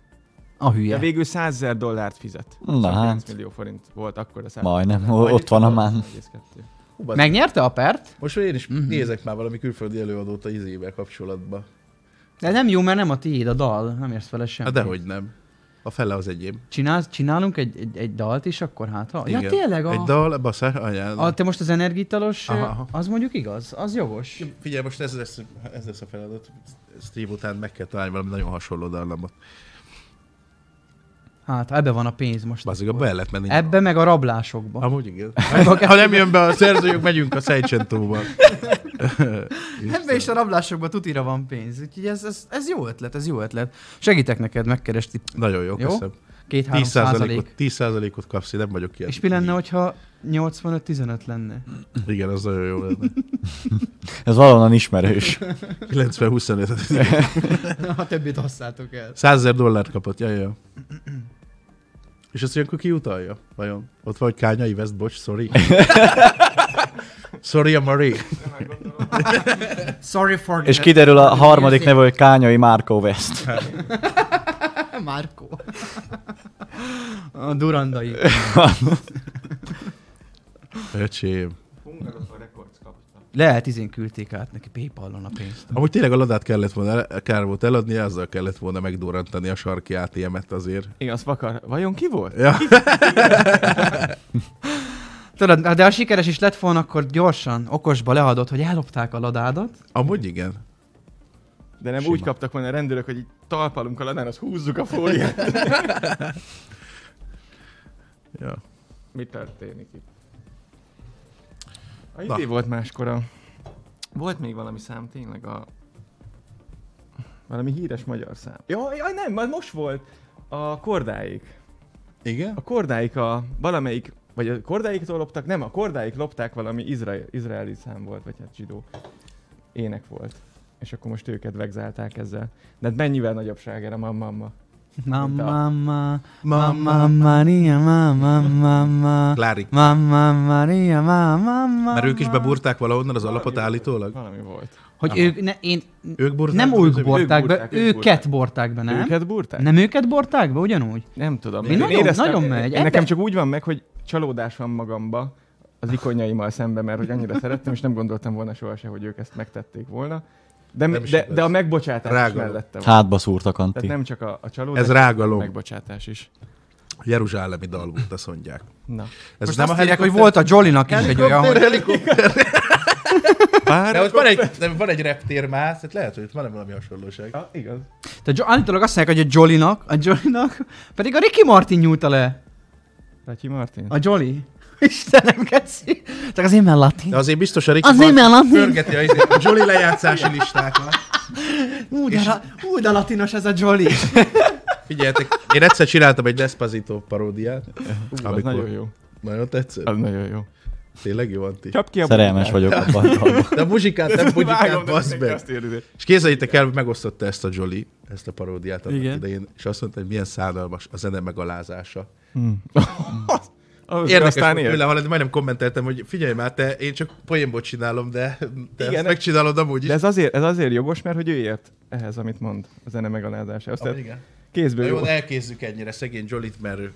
D: A
B: De
D: hülye.
B: végül 100 ezer dollárt fizet.
C: Na
B: Szóval
C: hát.
B: 9 millió forint volt akkor a 100
C: Majdnem, o- ott van a man.
B: 1,2.
A: Hú, bazd-
D: Megnyerte a pert,
A: Most én is
D: Mhm.
A: nézek már valami külföldi előadót a izével kapcsolatban.
D: de nem jó, mert nem a tiéd a dal, nem érsz vele
A: Hát
D: semmit.
A: dehogy nem. A fele az egyéb.
D: Csinálsz, csinálunk egy, egy, egy dalt is akkor hát, ha? Ja tényleg, a,
A: Egy dal, Hát baszár, anyád.
D: a, te most az energitalos,
A: Aha,
D: ö,
A: aha.
D: az mondjuk igaz, az jogos.
A: Figyelj, most ez lesz, ez lesz a feladat. Stream után meg kell találni valami nagyon hasonló dallamot.
D: Hát ebbe van a pénz most.
A: Bazzik, abba el lehet menni.
D: Ebbe meg a rablásokba.
A: Amúgy igen. ha nem jön be a szerzőjük, megyünk a Szejcsentóba.
D: Ebbe is a rablásokba tutira van pénz, úgyhogy ez, ez, ez jó ötlet, ez jó ötlet. Segítek neked megkeresni
A: Nagyon jó,
D: Jó?
A: köszönöm.
D: két-három
A: 10%-ot,
D: százalék.
A: 10%-ot kapsz, én nem vagyok ilyen.
D: És mi lenne, hogyha 85-15 lenne?
A: Igen, az nagyon jó lenne.
C: Ez valahonnan ismerős.
A: 90-25.
D: A többit hasszátok el.
A: 100 ezer dollárt kapott, jaj, jaj. És azt ilyenkor ki utalja? Vajon? Ott vagy Kányai West, bocs, sorry. sorry, a Marie.
D: Sorry for
C: És kiderül a harmadik neve, hogy Kányai Márkó West.
D: Márkó. A durandai.
A: Öcsém.
D: Lehet, izén küldték át neki Paypalon a pénzt.
A: Amúgy tényleg a ladát kellett volna, el- kár volt eladni, azzal kellett volna megdurrantani a sarki ATM-et azért.
B: Igen, az vakar. Vajon ki volt?
D: Tudod, de ha sikeres is lett volna, akkor gyorsan, okosba leadott, hogy ellopták a ladádat.
A: Amúgy igen.
B: De nem úgy kaptak volna a rendőrök, hogy így talpalunk a ladán, az húzzuk a fóliát.
A: Ja.
B: Mi történik itt? A
A: Na.
B: idő volt máskora. Volt még valami szám tényleg a... Valami híres magyar szám. Jaj, jaj nem, már most volt. A kordáik.
A: Igen?
B: A kordáik a valamelyik, vagy a kordáiktól loptak, nem, a kordáik lopták valami izrael, izraeli szám volt, vagy hát zsidó ének volt. És akkor most őket vegzálták ezzel. De hát mennyivel nagyobb sláger a mamma.
D: Mamma, mamma, mamma, Maria, mamma, mamma.
A: Klári.
D: Mamma, Maria, mamma, mamma.
A: Mert ők is beburták valahonnan az alapot állítólag?
B: Valami volt.
D: Hogy ők, ne, én,
A: Ők burták?
D: nem
A: az
D: ők
A: ő-
D: borták be,
B: borták, ők
D: őket borták be, nem?
B: Őket burták?
D: Nem őket borták be, ugyanúgy?
B: Nem tudom.
D: Mi nagyon- nagyon megy.
B: Én
D: Ebben-
B: nekem csak úgy van meg, hogy csalódás van magamba az ikonjaimmal szemben, mert hogy annyira szerettem, és nem gondoltam volna sohasem, hogy ők ezt megtették volna. De,
A: Nem is
B: de,
A: igaz.
B: de a megbocsátás is
A: Rágalom.
B: mellette van.
C: Hátba szúrtak, Anti.
B: Tehát nem csak a, a csalódás,
A: Ez
B: hanem a
A: rágalom.
B: megbocsátás is.
A: Jeruzsálemi dal volt, azt mondják.
B: Na.
A: Ez
D: Most nem azt írják, hogy volt a Jolinak is egy olyan, hogy...
A: De
B: pár...
A: ott van egy, de van egy reptérmász, tehát lehet, hogy itt van valami hasonlóság.
B: Ja, igaz.
D: Tehát jo- állítólag azt mondják, hogy a Jolly-nak, a Jolly-nak, pedig a Ricky Martin nyújta le.
B: Tatyi Martin.
D: A Jolly. Istenem, geci. Csak az email latin.
A: De azért biztos a Ricky
F: Az
A: Martin
F: email latin.
A: pörgeti a, izé- a Jolly lejátszási listákat.
D: Ú, de, la- ú, de latinos ez a Jolly.
A: Figyeljetek, én egyszer csináltam egy Despacito paródiát.
B: Ú, az nagyon jó.
A: Nagyon tetszett.
B: Az nagyon jó.
A: Tényleg jó, Antti.
B: Csap ki a
C: Szerelmes vagyok abban. abban.
A: De a muzsikát nem
B: Vágom,
A: buzsikát,
B: de
A: basz
B: mindenki
A: meg.
B: azt érzi.
A: És képzeljétek el, megosztotta ezt a Jolly, ezt a paródiát annak
D: Igen.
A: idején, és azt mondta, hogy milyen szánalmas a zene megalázása.
B: Ahhoz
A: Érdekes
B: aztán
A: volt
B: ér.
A: tőle, hallani, majdnem kommenteltem, hogy figyelj már, te, én csak poénból csinálom, de te
B: Igen,
A: Igen, ezt
B: ez-
A: megcsinálod amúgy is.
B: De ez azért, ez azért jogos, mert hogy ő ért ehhez, amit mond a zene megalázása. Azt
A: Ah,
B: tehát
A: igen. Na
B: kézből
A: Jó,
B: jó.
A: de elkézzük ennyire szegény Jolit, mert ő-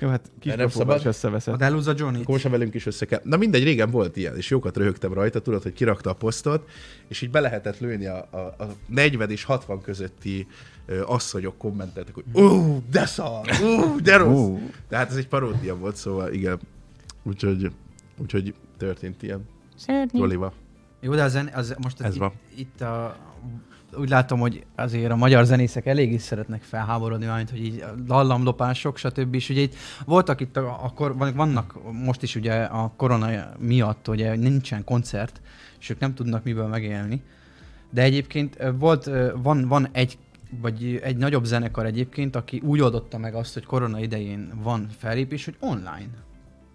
B: Jó, hát kis
A: nem
B: kapóval
A: szabad.
B: is összeveszett.
D: De elúzza Johnny.
A: akkor most már velünk is össze kell. Na mindegy, régen volt ilyen, és jókat röhögtem rajta, tudod, hogy kirakta a posztot, és így be lehetett lőni a, a, a 40 és 60 közötti ö, asszonyok kommenteltek, hogy ú, de szar, ú, de rossz.
C: Ú.
A: Tehát ez egy paródia volt, szóval igen. Úgyhogy, úgyhogy történt ilyen
F: Szörnyű.
A: Jolival.
D: Jó, de a zen- az, most az
A: Ez
D: itt,
A: van.
D: itt a, úgy látom, hogy azért a magyar zenészek elég is szeretnek felháborodni, mint hogy így dallamlopások, stb. És ugye itt voltak itt, a, a kor, van- vannak most is ugye a korona miatt, ugye nincsen koncert, és ők nem tudnak miből megélni. De egyébként ö, volt, ö, van, van egy vagy egy nagyobb zenekar egyébként, aki úgy oldotta meg azt, hogy korona idején van fellépés, hogy online.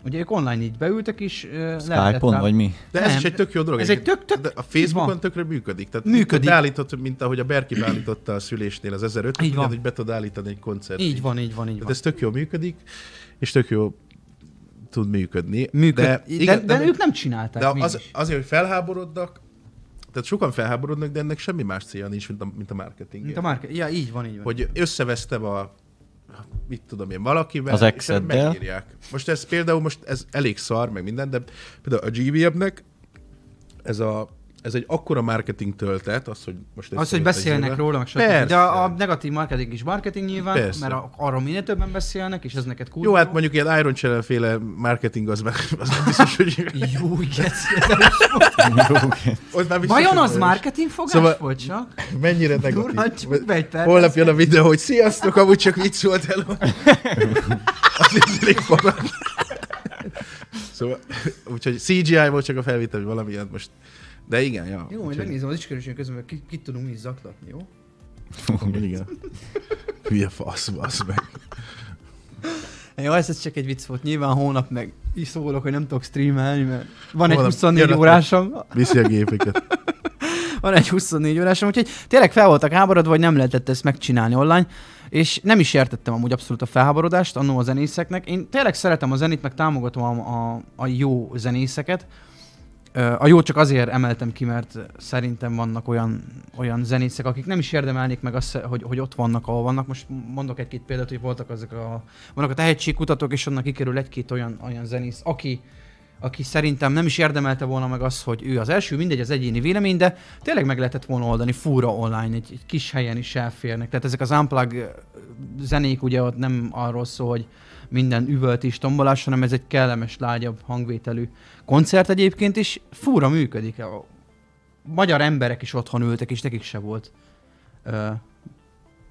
D: Ugye ők online így beültek is. ö, lehetett
C: Skype-on
D: rá-
C: vagy mi?
A: De ez
D: Nem,
A: is egy tök jó dolog.
D: ez egy
A: egyébként.
D: tök- tök-
A: De a Facebookon
D: van.
A: tökre működik. Tehát
D: Működik.
A: Működik. Beállított, mint ahogy a Berki beállította a szülésnél az 1500,
D: Így van.
A: tudod, hogy be tudod állítani egy koncert.
D: Így van, így van, így van.
A: Tehát ez tök jó működik, és tök jó tud működni.
D: Működ. De,
A: igen,
D: de, de, de ők nem csinálták.
A: de
D: mégis.
A: az, azért, hogy felháborodnak, tehát sokan felháborodnak, de ennek semmi más célja nincs, mint a, mint a marketing.
D: Mint a márka. Ja, így van, így van.
A: Hogy összevesztem a mit tudom én, valakivel,
C: Az
A: és
C: exeddel.
A: megírják. Most ez például most ez elég szar, meg minden, de például a GVM-nek ez a ez egy akkora marketing töltet, az, hogy most
D: az, hogy
A: összevett egy
D: beszélnek
A: zével.
D: róla, meg stb.
A: Persze.
D: De a, a negatív marketing is marketing nyilván,
A: Persze.
D: mert a, arról minél többen beszélnek, és ez neked kurva.
A: Jó, hát mondjuk ilyen Iron Channel féle marketing az, meg, az nem biztos, hogy
D: Jó, igen.
A: Ott már biztos,
D: Vajon
A: hogy
D: az
A: olyan is.
D: marketing fogás
A: Szóval-
D: szóval... volt csak?
A: Mennyire
D: Durán
A: negatív.
D: csak be egy perc.
A: Holnap jön a videó, hogy sziasztok, amúgy csak vicc volt elő. Az így elég forrad. Szóval, úgyhogy CGI volt csak a felvétel, vagy valami ilyet most. De igen, ja.
D: Jó, majd
A: Úgyhogy-
D: megnézem az ismerősünk közben, hogy ki, kit tudunk mi is zaklatni, jó?
A: Igen. Hülye fasz, fasz meg.
D: Jó, ez, ez csak egy vicc volt. Nyilván hónap meg is szólok, hogy nem tudok streamelni, mert van
A: Holnap
D: egy 24
A: jön a-
D: órásom,
A: Viszi a gépeket.
D: van egy 24 órásom, úgyhogy tényleg fel voltak háborodva, hogy nem lehetett ezt megcsinálni online, és nem is értettem amúgy abszolút a felháborodást annó a zenészeknek. Én tényleg szeretem a zenét, meg támogatom a, a, a jó zenészeket. Ö, A jó csak azért emeltem ki, mert szerintem vannak olyan, olyan zenészek, akik nem is érdemelnék meg azt, hogy, hogy ott vannak, ahol vannak. Most mondok egy-két példát, hogy voltak azok a... Vannak a tehetségkutatók, és onnan kikerül egy-két olyan, olyan zenész, aki, aki szerintem nem is érdemelte volna meg azt, hogy ő az első, mindegy az egyéni vélemény, de tényleg meg lehetett volna oldani fúra online, egy, egy kis helyen is elférnek. Tehát ezek az unplug zenék ugye ott nem arról szól, hogy minden üvöltés, tombolás, hanem ez egy kellemes, lágyabb hangvételű koncert egyébként, és fúra működik. A magyar emberek is otthon ültek, és nekik se volt ö,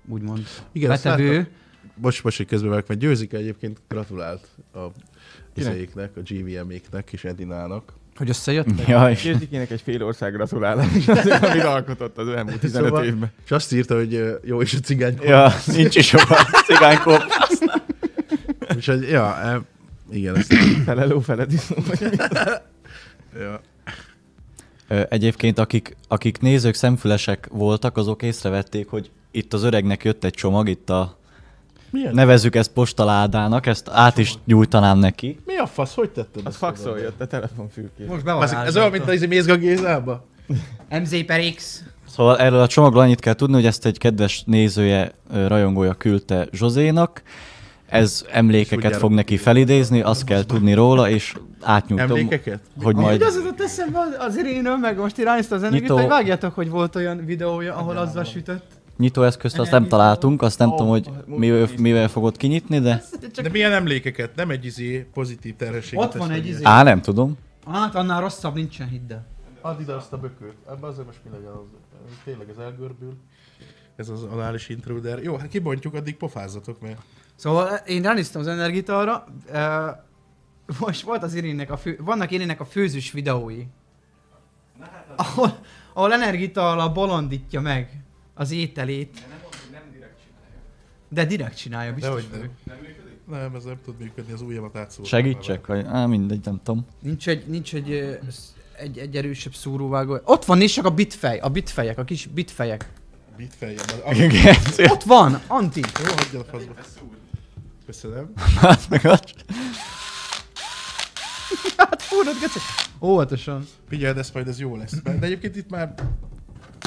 D: úgymond
A: Igen, azt
D: betevő.
A: Most, most, hogy közben meg, mert Győzik egyébként gratulált a
B: Kinek?
A: izéiknek, a GVM-éknek és Edinának.
D: Hogy összejöttek?
C: Ja, és
B: Érzikének egy fél ország gratulálás, azért, amit alkotott az elmúlt 15
A: Szóval-
B: évben.
A: És azt írta, hogy ö, jó, és a cigány
C: Ja, nincs is jobb a cigánykop.
A: És hogy, ja, e, igen, ezt,
B: Feleló, felediszó.
A: Szóval- ja.
C: Ö, Egyébként akik, akik nézők szemfülesek voltak, azok észrevették, hogy itt az öregnek jött egy csomag, itt a
A: Milyen?
C: nevezzük ezt postaládának, ezt át is nyújtanám neki.
A: Mi a fasz, hogy tetted?
B: Az faxol jött a telefonfülkét.
D: Most
A: Baszik, Ez olyan, mint az izé Mézga Gézába?
D: MZ per X.
C: Szóval erről a csomagról annyit kell tudni, hogy ezt egy kedves nézője, ö, rajongója küldte Zsozénak. Ez emlékeket
A: Tudjára.
C: fog neki felidézni, azt kell tudni róla, és átnyújtom,
A: Emlékeket?
C: hogy
D: Majd...
C: majd...
D: Az jutott eszembe az, az Irénől, meg most irányítva az energiát,
C: Nyitó-
D: hogy vágjátok, hogy volt olyan videója, ahol azzal sütött.
C: Nyitóeszközt azt nem találtunk, azt nem tudom, hogy mivel, mivel fogod kinyitni, de...
A: De milyen emlékeket? Nem egy izé pozitív terhességet.
D: Ott van
A: ezt,
D: egy
A: hogy-
D: izé.
C: Á, nem tudom.
D: Hát annál rosszabb nincsen, hidd el.
G: Add ide azt a bökőt. Ebben azért most mi legyen az? Tényleg ez elgörbül.
A: Ez az anális intruder. Jó, hát kibontjuk, addig pofázzatok, mert...
D: Szóval én ránéztem az energitára, uh, most volt az Irinnek a fő, vannak Irinnek a főzős videói. Ahol, ahol energitallal bolondítja meg az ételét. De direkt csinálja, biztos
G: Dehogy
D: vagyok.
G: Nem, ez nem tud működni, az ujjamat átszúrtam.
C: Segítsek? Vagy? Á, mindegy, nem tudom.
D: Nincs egy, nincs egy, ö, sz- egy, egy erősebb szúróvágó. Ott van, nézd csak a bitfej, a bitfejek, a kis bitfejek.
A: Mit feljebb?
C: Igen,
D: Ott van, Anti.
A: Jó, hagyjad a faszba. Köszönöm.
C: hát meg az.
D: Hát fúrod, geci. Óvatosan.
A: Figyeld, ez majd ez jó lesz. De de egyébként itt már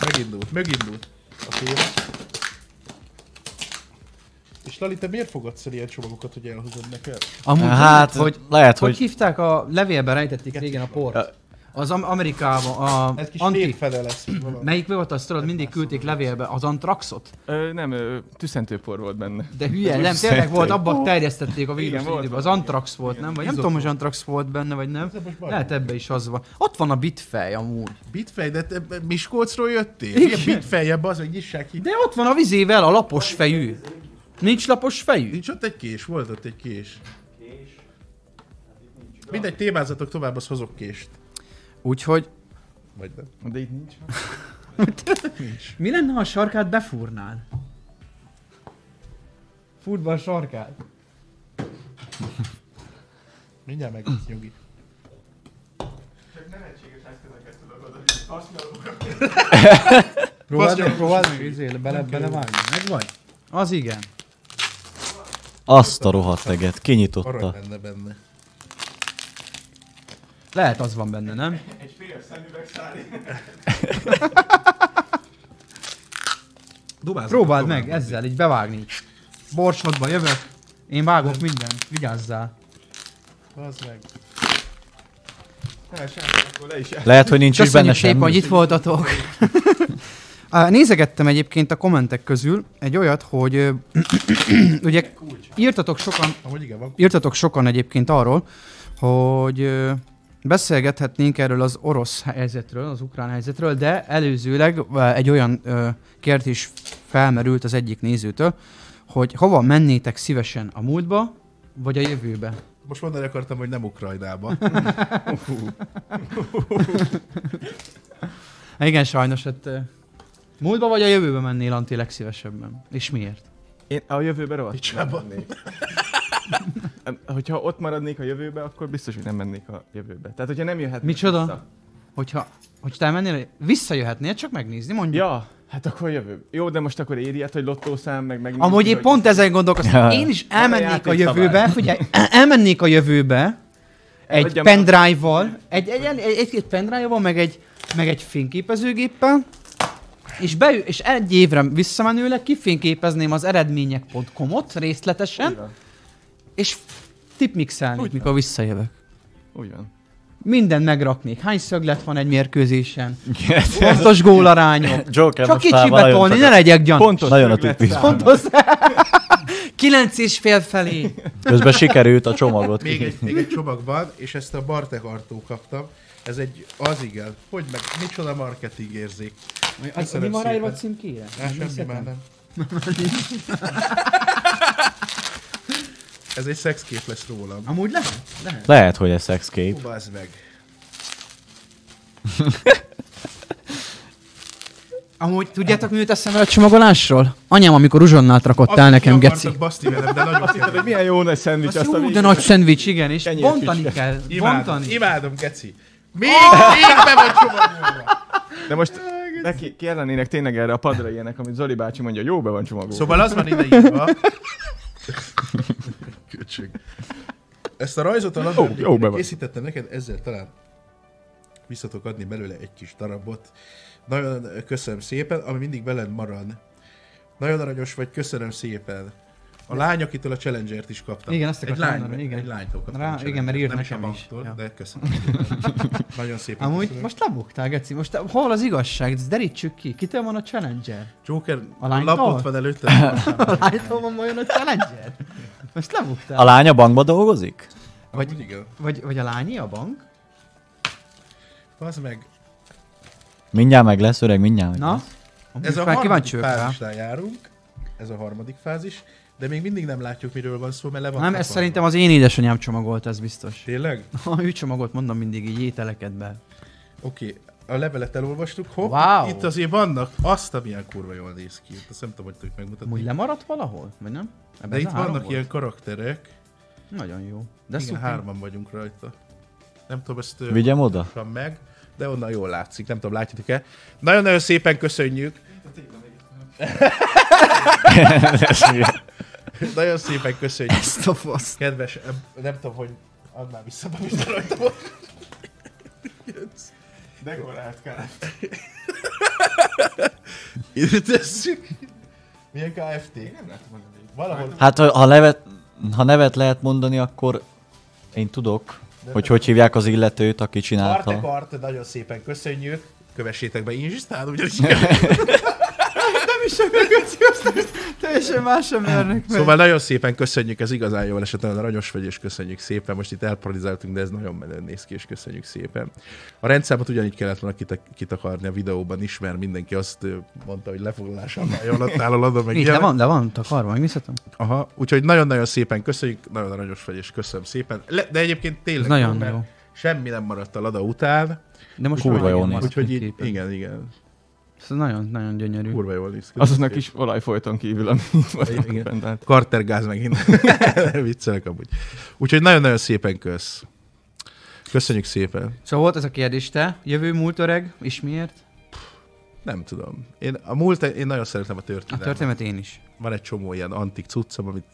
A: megindult, megindult a téma. És Lali, te miért fogadsz el ilyen csomagokat, hogy elhozod nekem?
D: Amúgy
C: Hát,
D: hogy,
C: hogy lehet,
D: hogy, hogy
C: hogy...
D: hívták a levélben rejtették régen a port? Az Am- Amerikában, a
A: Ez kis
D: anti...
A: Anti. fele lesz. valami.
D: Melyik volt azt tudod, mindig küldték levélbe, az Antraxot?
B: Ö, nem, ö, tüszentőpor volt benne.
D: De hülye, nem, tényleg
C: Szerintem.
D: volt, abban terjesztették a vírus
B: Igen, volt
D: időben. Az
B: valami.
D: Antrax volt, nem? Vagy nem
A: Izotó.
D: tudom, hogy Antrax volt benne, vagy nem. Lehet ebbe is az van. Ott van a bitfej amúgy.
A: Bitfej, de te e, Miskolcról jöttél? Igen. Bitfejebb az, hogy nyissák ki.
D: De ott van a vizével a lapos fejű. Nincs lapos fejű?
A: Nincs ott egy kés? Volt ott egy kés. Kés? Mindegy, témázatok tovább, az hozok kést.
D: Úgyhogy
A: Vagy nem.
B: De itt nincs.
D: mi lenne, ha a sarkát befúrnál? Fúrd be a sarkát.
A: Mindjárt meg lesz, nyugi. Próbáld, próbáld,
D: Izél, bele, belevágni.
A: megvan.
D: Az igen.
C: Azt a rohadt eget, kinyitotta.
A: Arany lenne benne.
D: Lehet az van benne, nem?
A: Dubázzatok
D: Próbáld
A: tovább.
D: meg ezzel, így bevágni. Borsodba jövök. Én vágok mindent, vigyázzál.
A: Az meg.
C: Lehet, hogy nincs is benne
D: Köszönjük szépen,
C: semmi.
D: hogy itt voltatok. Á, Nézegettem egyébként a kommentek közül egy olyat, hogy ö, ugye írtatok sokan,
A: Amúgy igen, van
D: írtatok sokan egyébként arról, hogy ö, beszélgethetnénk erről az orosz helyzetről, az ukrán helyzetről, de előzőleg ö, egy olyan ö, kérdés felmerült az egyik nézőtől, hogy hova mennétek szívesen a múltba, vagy a jövőbe?
A: Most mondani akartam, hogy nem Ukrajnába.
D: Há, Igen, sajnos, hát ö, múltba vagy a jövőbe mennél Anti legszívesebben? És miért?
B: Én a jövőbe rohadt nem
A: Picsába.
B: mennék. Em, Hogyha ott maradnék a jövőbe, akkor biztos, hogy nem mennék a jövőbe. Tehát, hogyha nem jöhet.
D: Micsoda? Hogyha, hogy te mennél, visszajöhetnél csak megnézni, mondjuk.
B: Ja, hát akkor jövő. Jó, de most akkor éri ilyet, hogy lottószám, meg meg...
D: Amúgy én pont ezen gondolkoztam,
C: Ja.
D: én is
B: Van a
D: elmennék a
B: játék
D: jövőbe, figyelj, elmennék a jövőbe, egy
B: Eladjam-
D: pendrive-val, egy, egy, egy, egy, egy pendrive-val, meg egy, meg egy fényképezőgéppel, és, be, és egy évre visszamenőleg kifényképezném az eredmények.com-ot részletesen,
B: Úgy
D: és tipmixelnék, mikor visszajövök.
B: Úgy van.
D: Mindent megraknék. Hány szöglet van egy mérkőzésen? Pontos gólarányok.
C: Joker
D: Csak
C: most már
D: kicsibe
C: nagyon
D: tolni,
C: csak-
D: ne legyek gyanús.
B: Pontos
C: Nagyon a
B: szöglet
C: tipik.
B: szám.
D: Pontos. Kilenc és fél felé.
C: Közben sikerült a csomagot.
A: még,
C: ki-
A: egy, még egy csomagban, és ezt a Bartek Artó kaptam. Ez egy, az igen, hogy meg, micsoda marketing érzék.
D: Az, mi
A: Köszönöm
D: van ráírva a
A: szépen.
D: címkére?
A: Á, semmi már nem. Ez egy szexkép lesz rólam.
D: Amúgy lehet? Lehet.
C: Lehet, hogy ez Sexcape.
A: Hú, bazd meg.
D: Amúgy tudjátok, mi jut eszembe a csomagolásról? Anyám, amikor uzsonnát rakott el nekem, geci.
A: Akartak baszni velem, de nagyon
B: Tehát, hogy milyen jó nagy szendvics azt,
D: Jó,
B: amit...
D: de nagy szendvics, igen, és
B: Kenyér
D: bontani
B: csücske.
D: kell.
A: Imádom,
D: Bontani. Oh!
A: imádom, geci. Még, még be vagy csomagolva.
B: De most neki kérlenének tényleg erre a padra ilyenek, amit Zoli bácsi mondja, jó be van csomagolva. Szóval...
A: Szóval az van ideírva. Köcsög. Ezt a rajzot a
B: Ó, jó, be
A: labdarúgó
B: van.
A: készítettem neked, ezzel talán visszatok adni belőle egy kis darabot. Nagyon köszönöm szépen, ami mindig veled marad. Nagyon aranyos vagy, köszönöm szépen. A lány, akitől a Challengert is kaptam.
D: Igen, azt
A: egy
D: akartam
A: lány,
D: mondani, igen.
A: Egy lánytól kaptam
D: Rá-
A: a Challengert.
D: igen, mert írt
A: Nem
D: nekem is.
A: banktól,
D: Ja.
A: De köszönöm. Nagyon szépen
D: Amúgy
A: köszönöm.
D: most lebuktál, Geci. Most hol az igazság? Ezt derítsük ki. Kitől van a Challenger?
A: Joker,
D: A
A: a
D: lánytól?
A: lapot van előtte.
D: A lánytól van vajon a Challenger? Most lebuktál.
C: A lánya bankba dolgozik?
A: Vagy igen.
D: Vagy, vagy a lányi a bank?
A: Az meg.
C: Mindjárt meg lesz, öreg, mindjárt meg
D: Na?
C: lesz.
A: Ez a
D: már
A: harmadik
D: kíváncsi vagyok rá.
A: fázisnál járunk, ez a harmadik fázis, de még mindig nem látjuk, miről van szó, mert le van
D: Nem, ez
A: takarva.
D: szerintem az én édesanyám csomagolt, ez biztos.
A: Tényleg?
D: Ha ő csomagolt, mondom mindig így ételeket be.
A: Oké, okay. a levelet elolvastuk, hopp,
D: Wow.
A: itt azért vannak, azt a milyen kurva jól néz ki, itt azt nem tudom, hogy tudjuk megmutatni.
D: Amúgy lemaradt valahol? Vagy nem? Ebben
A: de
D: ez
A: itt
D: a három
A: vannak
D: volt?
A: ilyen karakterek,
D: Nagyon jó.
A: de
D: De
A: igen,
D: szuper.
A: hárman vagyunk rajta. Nem tudom, ezt ö,
C: Vigyem oda?
A: olvasam meg, de onnan jól látszik, nem tudom, látjátok-e. Nagyon-nagyon szépen köszönjük, nagyon szépen köszönjük,
D: Ezt a fasz.
A: kedves, em, nem tudom, hogy add már vissza, amit rajta volt.
B: Dekorált kell.
A: Ide tesszük. Milyen KFT? Valahol
C: Hát ha ha nevet, ha nevet lehet mondani, akkor én tudok, hogy hogy hívják az illetőt, aki
A: Karte
C: csinálta.
A: Karte, nagyon szépen köszönjük. Kövessétek be Instán, ugyanis
D: Nem is semmi köci, azt teljesen más sem mernek meg.
A: Szóval nagyon szépen köszönjük, ez igazán jól esett, nagyon aranyos vagy, és köszönjük szépen. Most itt elparalizáltunk, de ez nagyon menő néz ki, és köszönjük szépen. A rendszámot ugyanígy kellett volna kitak- kitakarni a videóban is, mert mindenki azt ö, mondta, hogy lefoglalásában alatt áll a meg
D: Itt
A: ilyenek.
D: le van, le van takarva, megnézhetem?
A: Aha, úgyhogy nagyon-nagyon szépen köszönjük, nagyon aranyos vagy, és köszönöm szépen. Le, de egyébként tényleg
D: Ez nagyon
A: jó, mert
D: jó.
A: semmi nem maradt a lada után,
D: De most
C: Kurva
D: már
C: jól
D: igen,
C: néz
D: maradt
A: úgyhogy
D: egy
A: így,
D: képen.
A: igen, igen,
D: Ez nagyon, nagyon gyönyörű.
A: kurva jól néz ki.
B: Azoknak is olaj folyton kívül, ami
A: Igen.
B: volt bent, tehát
A: Kartergáz megint. Viccelek amúgy. Úgyhogy nagyon-nagyon szépen kösz. Köszönjük szépen.
D: Szóval volt ez a kérdés, te jövő múlt öreg, és miért?
A: Nem tudom. Én a múlt, én nagyon szeretem a
D: A
A: történelmet.
D: történet én is.
A: Van egy csomó ilyen antik cuccom, amit,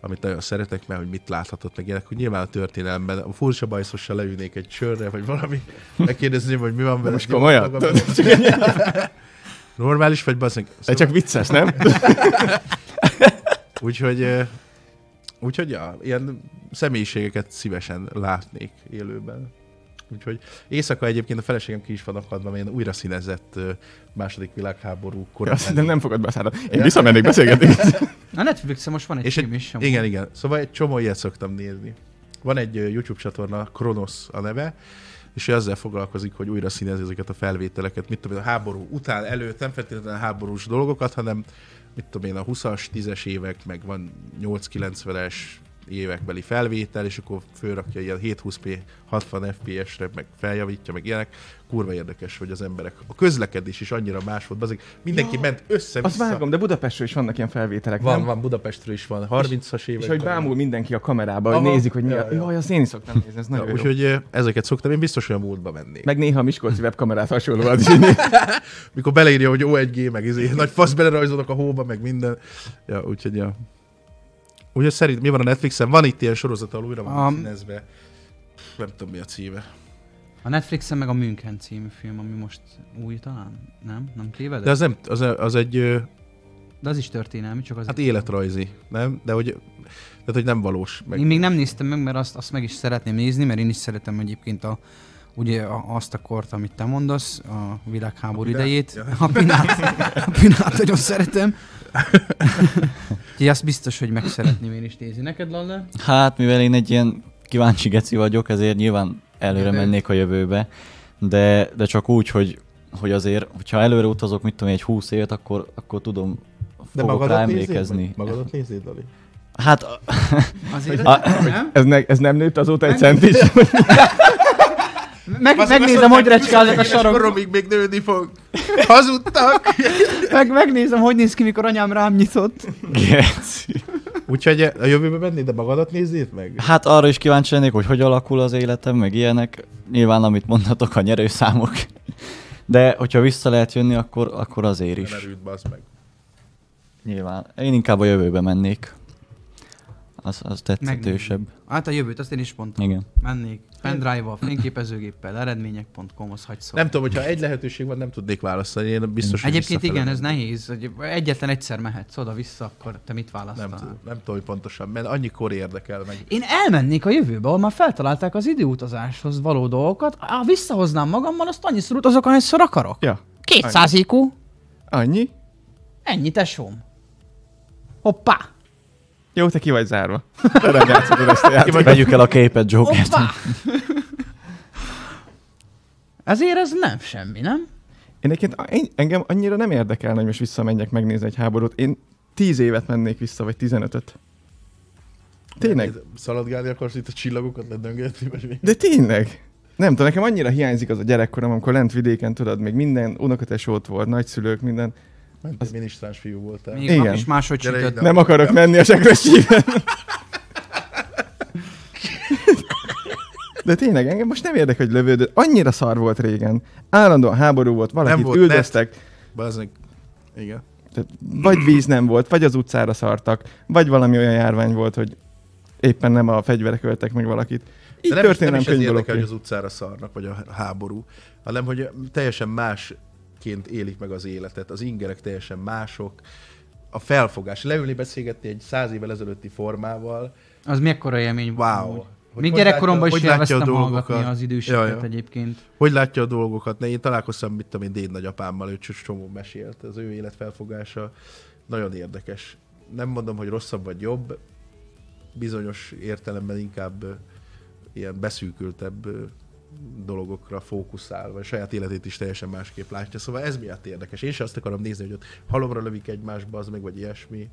A: amit nagyon szeretek, mert hogy mit láthatott meg ilyenek, hogy nyilván a történelemben a furcsa bajszossal leülnék egy csörre, vagy valami, megkérdezném, hogy mi van vele.
B: Most komolyan?
A: Magam- Normális vagy bazdmeg?
B: Ez csak vicces, nem?
A: Úgyhogy, ö, úgyhogy ja, ilyen személyiségeket szívesen látnék élőben. Úgyhogy éjszaka egyébként a feleségem ki is van akadva, mert ilyen újra színezett ö, második világháború
B: Azt
A: korában.
B: hiszem, nem fogod beszállni. Én visszamennék beszélgetni.
D: A Netflixen most van egy
A: És
D: film is. amúgy.
A: Igen, igen. Szóval egy csomó ilyet szoktam nézni. Van egy ö, YouTube csatorna, Kronosz a neve, és ő ezzel foglalkozik, hogy újra színezi ezeket a felvételeket, mit tudom én, a háború után, előtt, nem feltétlenül háborús dolgokat, hanem mit tudom én, a 20-as, 10-es évek, meg van 8-90-es évekbeli felvétel, és akkor fölrakja ilyen 720p, 60 fps-re, meg feljavítja, meg ilyenek. Kurva érdekes, hogy az emberek, a közlekedés is annyira más volt, bazeg, mindenki ja, ment össze
B: Azt vágom, de Budapestről is vannak ilyen felvételek,
A: Van,
B: nem?
A: van, Budapestről is van, 30-as évek.
B: És hogy bámul mindenki a kamerába, hogy
A: Aha.
B: nézik, hogy mi
A: Ja,
B: a...
A: ja.
B: Jaj, azt én is szoktam nézni, ez
A: Ja,
B: nagyon jó.
A: úgyhogy ö, ezeket szoktam, én biztos, hogy a múltba mennék. Meg...
B: Meg néha a Miskolci webkamerát hasonlóan is így-
A: Mikor beleírja, hogy O1G, meg izé, nagy fasz belerajzolok a hóba, meg minden. Ja, úgyhogy ja. Úgyhogy szerint mi van a Netflixen? Van itt ilyen sorozat, ahol újra van
D: Am.
A: színezve. Pff, Nem tudom, mi a címe.
D: A Netflixen meg a München című film, ami most új talán, nem? Nem tévedek?
A: De az, nem, az, az egy ö,
D: De az is történelmi, csak az
A: hát
D: is-
A: életrajzi, nem? De hogy, tehát, hogy nem valós. Meg...
D: Én még nem néztem meg, mert azt, azt meg is szeretném nézni, mert én is szeretem egyébként a, ugye a, azt a kort, amit te mondasz, a világháború a
A: A pinát?
D: idejét.
A: Ja.
D: A pinát. A pinát nagyon szeretem. Úgyhogy azt biztos, hogy meg szeretném én is nézni. Neked, Lalle?
C: Hát mivel én egy ilyen kíváncsi geci vagyok, ezért nyilván előre mennék a jövőbe, de, de csak úgy, hogy, hogy azért, hogyha előre utazok, mit tudom, én, egy 20 évet, akkor, akkor tudom,
A: De
C: fogok rá
A: magadat néznéd?
C: emlékezni.
A: meg? Magadat néznéd, Dali?
C: Hát
D: Azért,
C: A-
D: nem?
B: ez, ne, ez nem nőtt azóta egy cent is.
D: Meg, megnézem, hogy recskálnak a sarok.
A: Koromig még nőni fog. Hazudtak!
D: Meg, megnézem, hogy néz ki, mikor anyám rám nyitott.
C: geci.
A: Úgyhogy a jövőbe mennéd, de magadat néznéd meg?
C: Hát arra is kíváncsi lennék, hogy hogy alakul az életem, meg ilyenek. Nyilván, amit mondhatok, a nyerőszámok. De hogyha vissza lehet jönni, akkor, akkor azért
A: Nem
C: is.
A: erőd, bazd meg.
C: Nyilván. Én inkább a jövőbe mennék. Az, az
D: Megnézzük.
C: tetszetősebb.
D: Hát a jövőt, azt én is mondtam.
C: Igen.
D: Mennék. Pendrive-val, fényképezőgéppel, eredmények.com-hoz hagysz szó.
A: Nem tudom, hogyha egy lehetőség van, nem tudnék választani. Én biztos, hogy
D: Egyébként
A: visszafele
D: igen, ez
A: mennék.
D: nehéz. hogy Egyetlen egyszer mehetsz oda-vissza, akkor te mit választanál?
A: Nem tudom, nem tudom, hogy pontosan, mert annyi kor érdekel meg.
D: Én elmennék a jövőbe, ahol már feltalálták az időutazáshoz való dolgokat, ha visszahoznám magammal, azt annyiszor utazok, ahányszor akarok.
B: Ja,
F: 200 IQ.
B: annyi.
D: Ennyi, tesóm. Hoppá!
B: Jó, te ki vagy zárva. Te nem játszhatod ezt a játékot.
C: Vegyük el a képet, Jokert.
D: Hoppá! Ezért ez nem semmi, nem?
B: Én egyébként a- én, engem annyira nem érdekel, hogy most visszamenjek megnézni egy háborút. Én 10 évet mennék vissza, vagy 15-öt. Tényleg.
G: Szaladgálni akarsz itt a csillagokat ledöngetni, vagy mi?
B: De tényleg. Nem tudom, nekem annyira hiányzik az a gyerekkorom, amikor lent vidéken, tudod, még minden unokatesó ott volt, nagyszülők, minden.
G: Ment egy minisztráns fiú voltál.
D: Még
B: Igen.
D: Igen. nap is máshogy
A: Gyere
D: sütött.
A: ide.
B: Nem akarok menni a sekrestjében. De tényleg, engem most nem érdekel, hogy lövődött. Annyira szar volt régen. Állandóan háború volt, valakit
A: Nem
B: volt
A: volt
B: üldöztek.
A: Bazdmeg. Igen.
B: Tehát vagy víz nem volt, vagy az utcára szartak, vagy valami olyan járvány volt, hogy éppen nem a fegyverek öltek meg valakit. Így
A: De nem, is- nem
B: történelem
A: is ez
B: könyv dolog.
A: érdekel, hogy az utcára szarnak, vagy a háború, hanem hogy teljesen másként élik meg az életet. Az ingerek teljesen mások. A felfogás. Leülni beszélgetni egy száz évvel ezelőtti formával.
D: Az mekkora élmény volt.
A: Wow.
D: amúgy.
A: Hogy
D: Még
A: hogy
D: gyerekkoromban
A: látja-
D: is
A: hogy látja a
D: élveztem hallgatni
A: dolgokat.
D: az
A: Jaj,
D: időseket
A: jaj.
D: egyébként.
A: Hogy látja a dolgokat? Ne, én találkoztam, mit tudom én, Déd nagyapámmal, ő cs- csomó mesélt, az ő életfelfogása nagyon érdekes. Nem mondom, hogy rosszabb vagy jobb, bizonyos értelemben inkább ö, ilyen beszűkültebb ö, dolgokra fókuszál, vagy saját életét is teljesen másképp látja. Szóval ez miatt érdekes. Én sem azt akarom nézni, hogy ott halomra lövik egymásba, az meg vagy ilyesmi.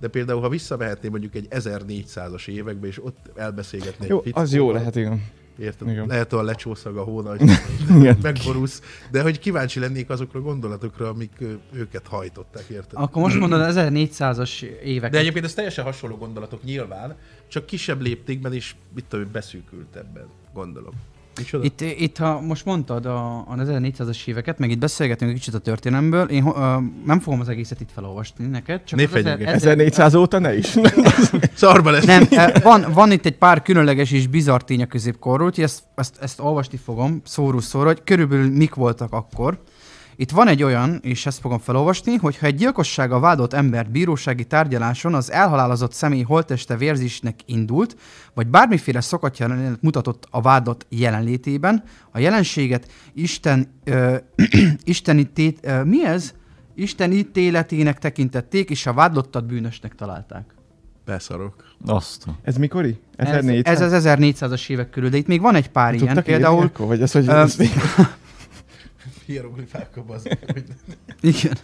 A: De például, ha visszamehetném mondjuk egy 1400-as évekbe, és ott elbeszélgetnék
B: Jó,
A: egy
B: az jó
A: fickóval,
B: lehet, igen.
A: Érted?
B: Igen.
A: Igen. Lehet olyan lecsószag a hóna,
B: Igen.
A: hogy megborulsz, de hogy kíváncsi lennék azokra a gondolatokra, amik ö, őket hajtották, érted?
D: Akkor most mondod, 1400-as évek.
A: Mm. De egyébként ez teljesen hasonló gondolatok nyilván, csak kisebb léptékben is, mit tudom, én, beszűkültebben gondolom. Micsoda? Itt...
D: Itt, itt, ha most mondtad a, a 1400-as éveket, meg itt beszélgetünk egy kicsit a történelemből, én uh, nem fogom az egészet itt felolvasni neked. Csak
A: Ne
D: az ezer-
A: fenyegesd.
D: ezer-
B: 1400 óta ne is.
A: Szarba lesz!
D: Nem, eh, van, van itt egy pár különleges és bizarr tény a középkorról, úgyhogy ezt, ezt, ezt olvasni fogom szóró szóra, hogy körülbelül mik voltak akkor. Itt van egy olyan, és ezt fogom felolvasni, hogy ha egy gyilkossága vádolt embert bírósági tárgyaláson az elhalálozott személy holteste vérzésnek indult, vagy bármiféle szokatlan jelenet mutatott a vádott jelenlétében, a jelenséget Isten, ö, isteni tét, ö, mi ez? Isten ítéletének tekintették, és a vádlottat bűnösnek találták.
A: Beszarok.
C: Azt. a-
B: Ez mikori?
D: Ez,
B: 1400?
D: ez az 1400-as évek körül, de itt még van egy pár ilyen.
B: Tudtak írni
D: például,
B: Akkor, vagy az, hogy
D: Öm,
B: ez
A: Hieroglifákkal bazd meg, hogy
D: igen.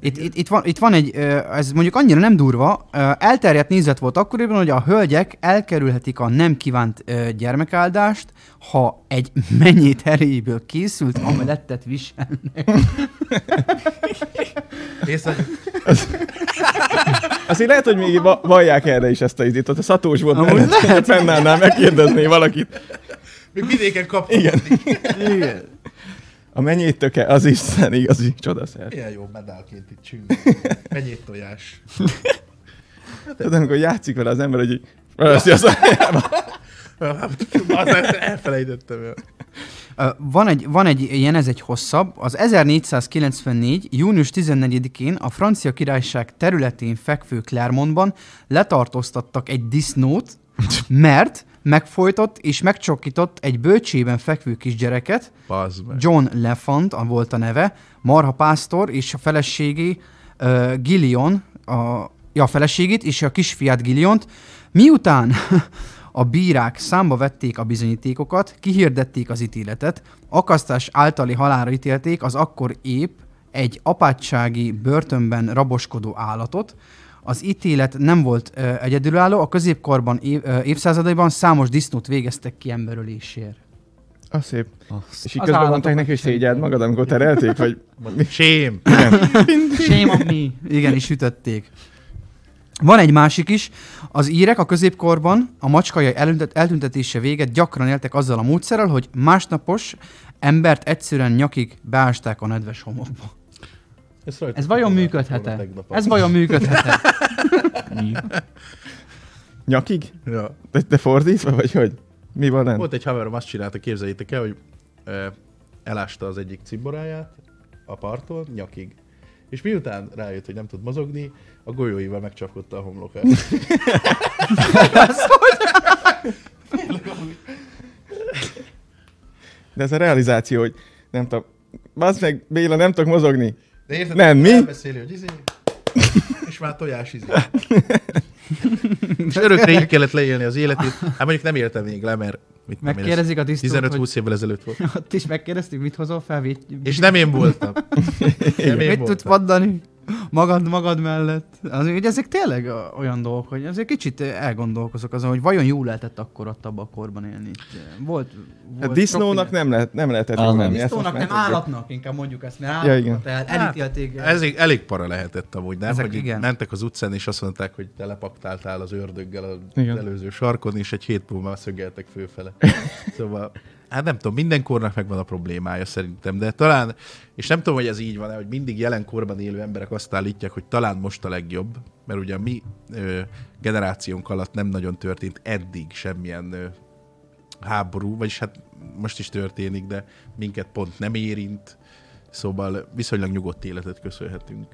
D: Itt, itt, itt, van, itt van egy, ö, ez mondjuk annyira nem durva, ö, elterjedt nézet volt akkoriban, hogy a hölgyek elkerülhetik a nem kívánt ö, gyermekáldást, ha egy mennyit erejéből készült, amelettet visel.
A: Észre,
B: Azért lehet, hogy még va- vallják erre is ezt a izét. Ott a szatós volt, mert fennállnál megkérdezné valakit.
A: még vidéken kaphatni. Igen.
B: Igen. A mennyét töke, az Isten igazi csodaszer.
A: Milyen jó medálként itt csűn. Menyét tojás.
B: Tudod, amikor játszik vele az ember, hogy így felveszi az ajába.
A: Bazd meg, Elfelejtettem. el.
D: Ö, Van egy, van egy ilyen, ez egy hosszabb. Az 1494. június 14-én a francia királyság területén fekvő Clermontban letartóztattak egy disznót, mert megfojtott és megcsokított egy bölcsében fekvő kisgyereket,
A: Bazd meg.
D: John Lefant a volt a neve, marha pásztor és a feleségi uh, Gillion, a, ja, a feleségét és a kisfiát Gilliont, miután a bírák számba vették a bizonyítékokat, kihirdették az ítéletet, akasztás általi halálra ítélték az akkor épp egy apátsági börtönben raboskodó állatot, az ítélet nem volt ö, egyedülálló, a középkorban év, ö, évszázadaiban számos disznót végeztek ki emberölésért.
B: Az szép. És így közben
D: Az
B: mondták
D: állatokat
B: neki, hogy szégyeld magad, amikor terelték, vagy
A: Sém.
D: Shame on me. Igen, is ütötték. Van egy másik is. Az írek a középkorban a macskajai elüntet- eltüntetése véget gyakran éltek azzal a módszerrel, hogy másnapos embert egyszerűen nyakig beásták a nedves homokba.
A: Ez, rajta
D: Ez vajon
A: volt
D: működhet-e?
A: tegnap.
D: Ez vajon működhet-e?
B: nyakig?
A: Ja.
B: De, de fordítva, vagy hogy? Mi van lent?
A: Volt egy haverom, azt csinálta, képzeljétek el, hogy ö, elásta az egyik cimboráját a parton nyakig. És miután rájött, hogy nem tud mozogni, a golyóival megcsapkodta a homlokát.
B: De ez a realizáció, hogy nem tudom, Bazd meg, Béla, nem tudok mozogni.
A: De érted,
B: Nem, mi?
A: Elbeszéli, hogy izé, és már tojás izé. és örökre így kellett leélni az életét. Hát mondjuk nem éltem még le, mert Mit tudom én, ez
D: Megkérdezik a tisztelt,
A: 15-20
D: hogy
A: évvel ezelőtt volt.
D: ott is megkérdezték, mit hozol fel, mit,
A: És nem én voltam. Nem én
D: mit tudsz
A: voltam.
D: mondani magad, magad mellett. Az, ugye ezek tényleg ö, olyan dolgok, hogy azért kicsit ö, elgondolkozok azon, hogy vajon jó lehetett akkor ott abban a korban élni. Volt,
B: A
A: Hát
D: volt
B: Hát disznónak nem, lehet, Ah, nem lehetett
C: Az
B: jól
C: nem.
B: lenni, ezt most
D: Disznónak nem,
B: már tudjuk.
D: állatnak, inkább mondjuk ezt, mert
B: Ja,
D: állatot
B: igen.
D: el, elítélték.
A: Hát, Ez egy- elég para lehetett amúgy, nem?
D: Ezek
A: hogy
D: igen.
A: igen. mentek az utcán, és azt mondták, hogy telepaktáltál az ördöggel az
B: Igen.
A: igen. előző sarkon, és egy hét múlva már szögeltek főfele. szóval, hát nem tudom, minden kornak megvan a problémája szerintem, de talán, és nem tudom, hogy ez így van-e, hogy mindig jelenkorban élő emberek azt állítják, hogy talán most a legjobb, mert ugye a mi ö, generációnk alatt nem nagyon történt eddig semmilyen ö, háború, vagyis hát most is történik, de minket pont nem érint, szóval viszonylag nyugodt életet köszönhetünk.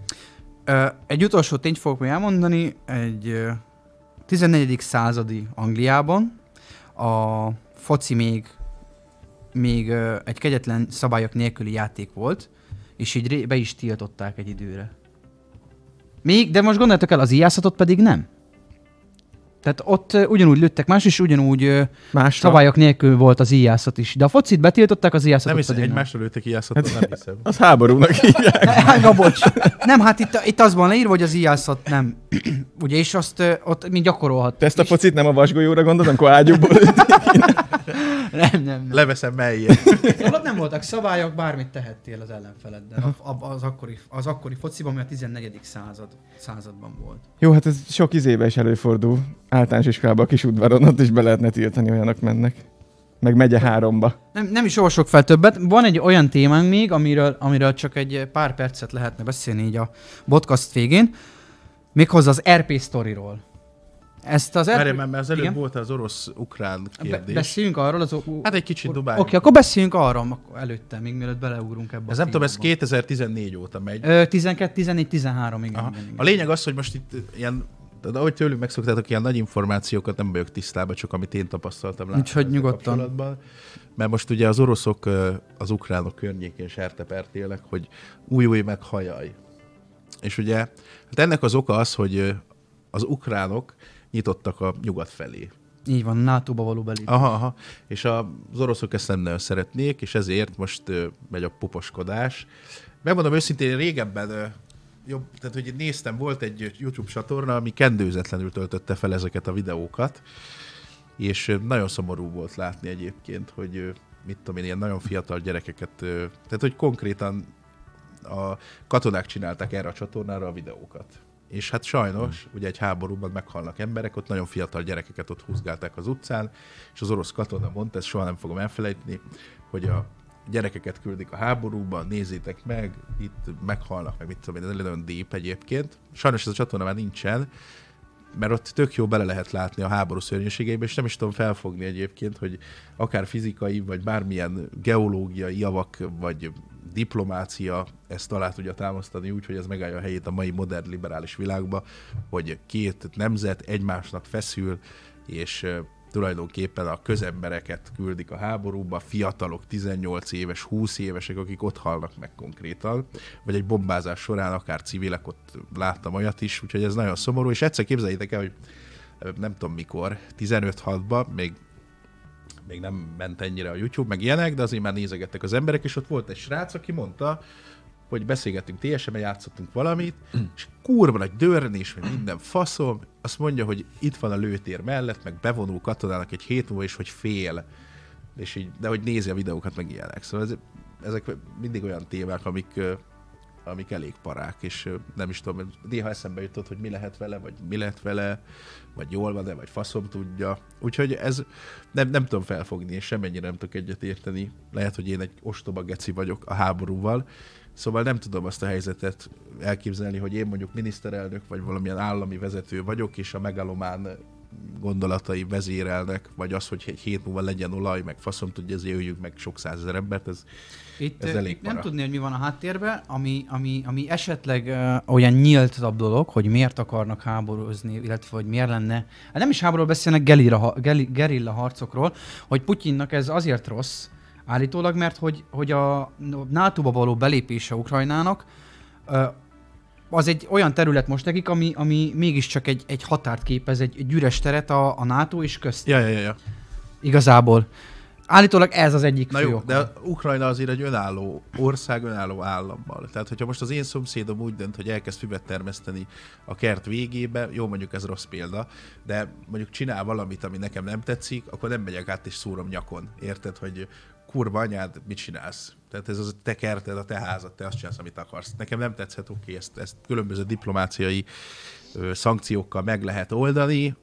D: Ö, Egy utolsó tényt fogok még elmondani, egy ö, 14. századi Angliában a foci még, még ö, egy kegyetlen szabályok nélküli játék volt, és így ré- be is tiltották egy időre. Még, de most gondoljátok el, az ijászatot pedig nem. Tehát ott ö, ugyanúgy lőttek más, és ugyanúgy ö,
B: Másra.
D: szabályok nélkül volt az ijászat is. De a focit betiltották, az
A: Nem
D: ijászatot
A: hiszem,
D: pedig nem.
A: egymásra lőttek ijászatot, nem hiszem.
B: Az háborúnak hívják.
D: Hát, na bocs. Nem, hát itt, itt az van leírva, hogy az ijászat nem. Ugye, és azt ö, ott még gyakorolhat.
B: Te ezt a focit nem a vasgolyóra gondolod, amikor ágyúból
D: Nem, nem, nem.
A: Leveszem melyen.
D: Szóval ott nem voltak szabályok, bármit tehettél az ellenfeleddel. A- ab- Az akkori, az akkori fociban, mert a 14. század, században volt.
B: Jó, hát ez sok izébe is előfordul. Általános iskolában a kis udvaron ott is be lehetne tiltani, olyanok mennek. Meg megye háromba.
D: Nem, nem is olvasok fel többet. Van egy olyan témánk még, amiről, amiről csak egy pár percet lehetne beszélni így a podcast végén. Méghozzá az RP sztoriról. Ezt az
A: Várjál
D: RP...
A: már, mert az előbb
D: Igen.
A: volt az orosz-ukrán
D: Be-
A: kérdés.
D: beszéljünk arról az... o-
A: hát egy kicsit
D: Oké,
A: dobáljuk.
D: okay, akkor beszéljünk arra akkor előtte, még mielőtt beleugrunk ebbe
A: ez
D: a
A: nem tudom, ez
D: témába.
A: 2014 óta megy.
D: Ö, 12, 14, 13, igen.
A: Aha.
D: igen, igen.
A: A lényeg az, hogy most itt ilyen, de ahogy tőlük megszoktátok, ilyen nagy információkat nem vagyok tisztában, csak amit én tapasztaltam. láttam
D: Úgyhogy
A: ezzel
D: nyugodtan.
A: kapcsolatban. Mert most ugye az oroszok ö, az ukránok környékén sertepert élnek, hogy új új meg hajaj. És ugye hát ennek az oka az, hogy ö, az ukránok nyitottak a nyugat felé.
D: Így van, NATO-ba való belépés.
A: Aha, aha. És a, az oroszok ezt nem nagyon szeretnék, és ezért most ö, megy a poposkodás. Megmondom őszintén, én régebben ö, jobb, tehát hogy néztem, volt egy YouTube csatorna, ami kendőzetlenül töltötte fel ezeket a videókat, és ö, nagyon szomorú volt látni egyébként, hogy ö, mit tudom én, ilyen nagyon fiatal gyerekeket, ö, tehát hogy konkrétan a katonák csinálták erre a csatornára a videókat. És hát sajnos, ugye egy háborúban meghalnak emberek, ott nagyon fiatal gyerekeket ott húzgálták az utcán, és az orosz katona mondta, ezt soha nem fogom elfelejteni, hogy a gyerekeket küldik a háborúba, nézzétek meg, itt meghalnak, meg mit tudom én, ez nagyon deep egyébként. Sajnos ez a csatorna már nincsen, mert ott tök jó bele lehet látni a háború szörnyűségeibe, és nem is tudom felfogni egyébként, hogy akár fizikai, vagy bármilyen geológiai javak, vagy diplomácia ezt alá tudja támasztani úgy, hogy ez megállja a helyét a mai modern liberális világba, hogy két nemzet egymásnak feszül, és ö, tulajdonképpen a közembereket küldik a háborúba, fiatalok, 18 éves, 20 évesek, akik ott halnak meg konkrétan, vagy egy bombázás során akár civilek, ott láttam olyat is, úgyhogy ez nagyon szomorú, és egyszer képzeljétek el, hogy nem tudom mikor, 15-6-ban, még még nem ment ennyire a YouTube, meg ilyenek, de azért már nézegettek az emberek, és ott volt egy srác, aki mondta, hogy beszélgettünk TSM-en, játszottunk valamit, és kurva nagy dörrenés, hogy minden faszom, azt mondja, hogy itt van a lőtér mellett, meg bevonul katonának egy hét múlva, és hogy fél, és így, de hogy nézi a videókat, meg ilyenek. Szóval ez, ezek mindig olyan témák, amik, ö, amik elég parák, és ö, nem is tudom, néha eszembe jutott, hogy mi lehet vele, vagy mi lehet vele, vagy jól van-e, vagy faszom tudja. Úgyhogy ez nem, nem tudom felfogni, és semennyire nem tudok egyet érteni. Lehet, hogy én egy ostoba geci vagyok a háborúval, Szóval nem tudom azt a helyzetet elképzelni, hogy én mondjuk miniszterelnök, vagy valamilyen állami vezető vagyok, és a megalomán gondolatai vezérelnek, vagy az, hogy egy hét múlva legyen olaj, meg faszom tudja, ezért öljük meg sok százezer embert, ez
D: Itt,
A: Ez
D: ez
A: elég
D: itt nem
A: para.
D: tudni, hogy mi van a háttérben, ami, ami, ami esetleg uh, olyan nyíltabb dolog, hogy miért akarnak háborúzni, illetve hogy miért lenne. Hát nem is háborúról beszélnek, gelira, ha- geli, gerilla harcokról, hogy Putyinnak ez azért rossz, állítólag, mert hogy, hogy a NATO-ba való belépése Ukrajnának ö, az egy olyan terület most nekik, ami, ami mégiscsak egy, egy határt képez, egy, egy üres teret a, a NATO és közt.
A: Ja, ja, ja, ja.
D: Igazából. Állítólag ez az egyik
A: Na
D: fő
A: jó,
D: oka.
A: de Ukrajna azért egy önálló ország, önálló állammal. Tehát, hogyha most az én szomszédom úgy dönt, hogy elkezd füvet termeszteni a kert végébe, jó, mondjuk ez rossz példa, de mondjuk csinál valamit, ami nekem nem tetszik, akkor nem megyek át és szúrom nyakon. Érted, hogy kurva anyád, mit csinálsz? Tehát ez az a te kerted, a te házad, te azt csinálsz, amit akarsz. Nekem nem tetszett, oké, ezt, ezt különböző diplomáciai ö, szankciókkal meg lehet oldani,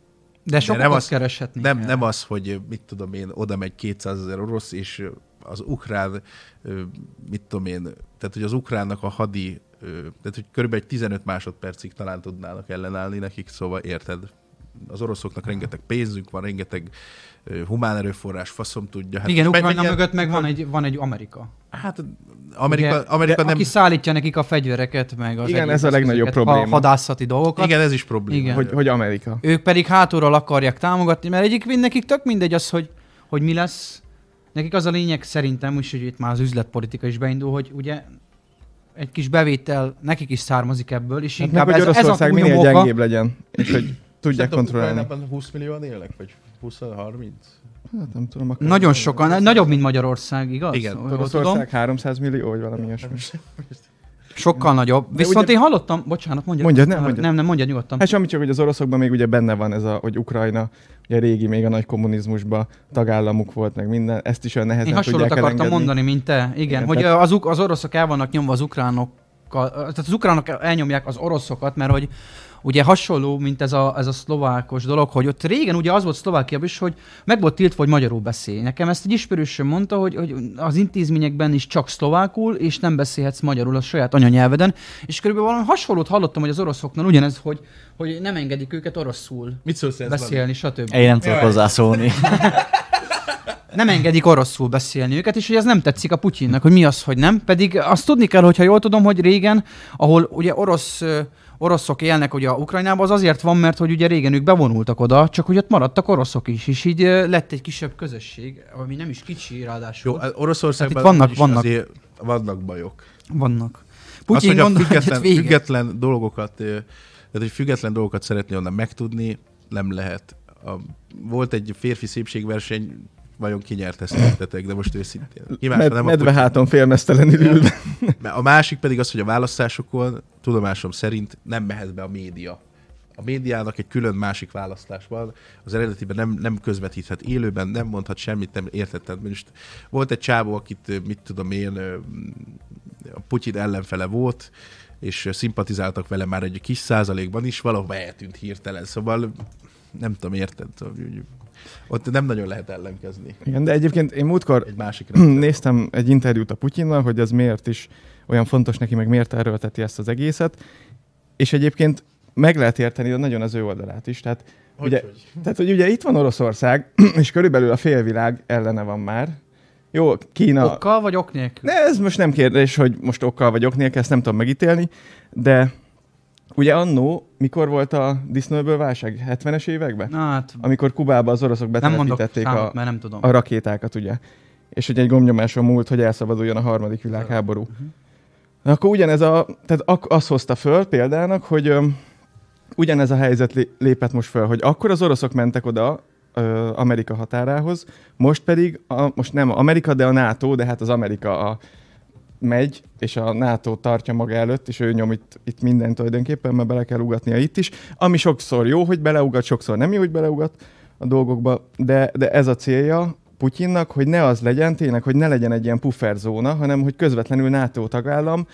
D: De sokat
A: az-
D: azt kereshetni.
A: nem,
D: kell.
A: nem az, hogy mit tudom én, oda megy 200 ezer orosz, és az ukrán, ö, mit tudom én, tehát hogy az ukránnak a hadi, ö, tehát hogy körülbelül egy 15 másodpercig talán tudnának ellenállni nekik, szóval érted? Az oroszoknak rengeteg pénzük van, rengeteg ö, humán erőforrás, faszom tudja. Hát
D: Igen,
A: most
D: Ukrajna
A: megmenjen-
D: mögött meg van egy, van egy Amerika.
A: Hát Amerika,
D: Ugye,
A: Amerika
D: de
A: nem...
D: Aki szállítja nekik a fegyvereket, meg az
B: Igen,
D: egyéb
B: ez a legnagyobb
D: eszközöket,
B: probléma.
D: A hadászati dolgokat.
A: Igen, ez is probléma.
D: Igen.
B: Hogy, hogy Amerika.
D: Ők pedig hátulról akarják támogatni, mert egyik nekik tök mindegy az, hogy, hogy mi lesz. Nekik az a lényeg szerintem, is, hogy itt már az üzletpolitika is beindul, hogy ugye egy kis bevétel nekik is származik ebből, és
B: Hát
D: inkább
B: meg, hogy
D: ez, ez a
B: Oroszország minél
D: túlnyomó oka-
B: gyengébb legyen, és hogy tudják kontrollálni.
A: 20 millióan élnek, vagy 20-30?
B: Hát nem tudom, akkor...
D: Nagyon sokan, nagyobb, mint Magyarország, igaz?
A: Igen.
D: Jól tudom.
B: Oroszország 300 millió, vagy valami ilyesmi.
D: Sokkal nagyobb. Viszont
B: ugye-
D: én hallottam, bocsánat, mondjad.
B: Mondjad, nem,
D: Már-
B: mondjad.
D: Nem, nem, mondjad nyugodtan.
B: Hát semmi csak, hogy az oroszokban még ugye benne van ez a, hogy Ukrajna, ugye régi még a nagy kommunizmusban tagállamuk volt, meg minden, ezt is olyan
D: Én
B: nehezen
D: hasonlót
B: tudják
D: akartam
B: elengedni.
D: mondani, mint te. Igen,
B: Igen,
D: hogy
B: tehát-
D: ö, az, uk- az oroszok el vannak nyomva az ukránok, tehát az ukránok elnyomják az oroszokat, mert hogy ugye hasonló, mint ez a, ez a szlovákos dolog, hogy ott régen ugye az volt Szlovákiában is, hogy meg volt tiltva, hogy magyarul beszélj. Nekem ezt egy ismerősöm mondta, hogy, hogy az intézményekben is csak szlovákul, és nem beszélhetsz magyarul a saját anyanyelveden. És körülbelül valami hasonlót hallottam, hogy az oroszoknál ugyanez, hogy, hogy nem engedik őket oroszul
A: Mit szólsz ez? Laci?
D: beszélni, stb
C: Én nem tudok hozzászólni.
D: nem engedik oroszul beszélni őket, és hogy ez nem tetszik a Putyinnak, hogy mi az, hogy nem. Pedig azt tudni kell, hogyha jól tudom, hogy régen, ahol ugye orosz ö, oroszok élnek ugye a Ukrajnában, az azért van, mert hogy ugye régen ők bevonultak oda, csak hogy ott maradtak oroszok is, és így ö, lett egy kisebb közösség, ami nem is kicsi,
A: Jó,
D: ráadásul. Jó,
A: hát Oroszországban
D: Tehát itt vannak-
A: is
D: vannak-
A: azért vannak bajok.
D: Vannak.
A: Azt,
D: Putyin
A: hogy a
D: gondol, hogy
A: független,
D: ez vége.
A: független dolgokat, ö, tehát hogy független dolgokat szeretni onnan megtudni, nem lehet. A, volt egy férfi szépségverseny, vajon kinyert ezt értetek, de most őszintén. Ki másra
B: Med-
A: nem a
B: medve háton félmeztelenül ülve.
A: Putyin. A másik pedig az, hogy a választásokon, tudomásom szerint nem mehet be a média. A médiának egy külön másik választás van, az eredetiben nem, nem közvetíthet élőben, nem mondhat semmit, nem értetted. Most volt egy csávó, akit, ö, mit tudom én, ö, a Putyin ellenfele volt, és szimpatizáltak vele már egy kis százalékban is, valahol eltűnt hirtelen, szóval nem tudom, érted? Szóval, Úgy- Ott nem nagyon lehet ellenkezni
B: Igen, de egyébként én múltkor
A: egy másik
B: néztem egy interjút a Putyinnal, hogy ez miért is olyan fontos neki, meg miért erőlteti ezt az egészet, és egyébként meg lehet érteni de nagyon az ő oldalát is. Tehát, hogy ugye, tehát hogy ugye itt van Oroszország, és körülbelül a félvilág ellene van már. Jó, Kína...
D: Okkal vagy ok nélkül?
B: Ne, ez most nem kérdés, hogy most okkal vagy ok nélkül, ezt nem tudom megítélni, de ugye annó, mikor volt a disznóből válság? 70-es években?
D: Na hát,
B: Amikor Kubába az oroszok
D: nem mondok
B: betelepítették a,
D: számot, mert nem tudom.
B: a rakétákat, ugye? És hogy egy gombnyomáson múlt, hogy elszabaduljon a harmadik világháború. Na, akkor ugyanez a, tehát ak- azt hozta föl példának, hogy öm, ugyanez a helyzet lé- lépett most föl, hogy akkor az oroszok mentek oda ö, Amerika határához, most pedig, a, most nem Amerika, de a NATO, de hát az Amerika a, megy, és a NATO tartja maga előtt, és ő nyom itt, itt mindent tulajdonképpen, mert bele kell ugatnia itt is, ami sokszor jó, hogy beleugat, sokszor nem jó, hogy beleugat a dolgokba, de, de ez a célja Putyinnak, hogy ne az legyen tényleg, hogy ne legyen egy ilyen pufferzóna, hanem hogy közvetlenül NATO tagállam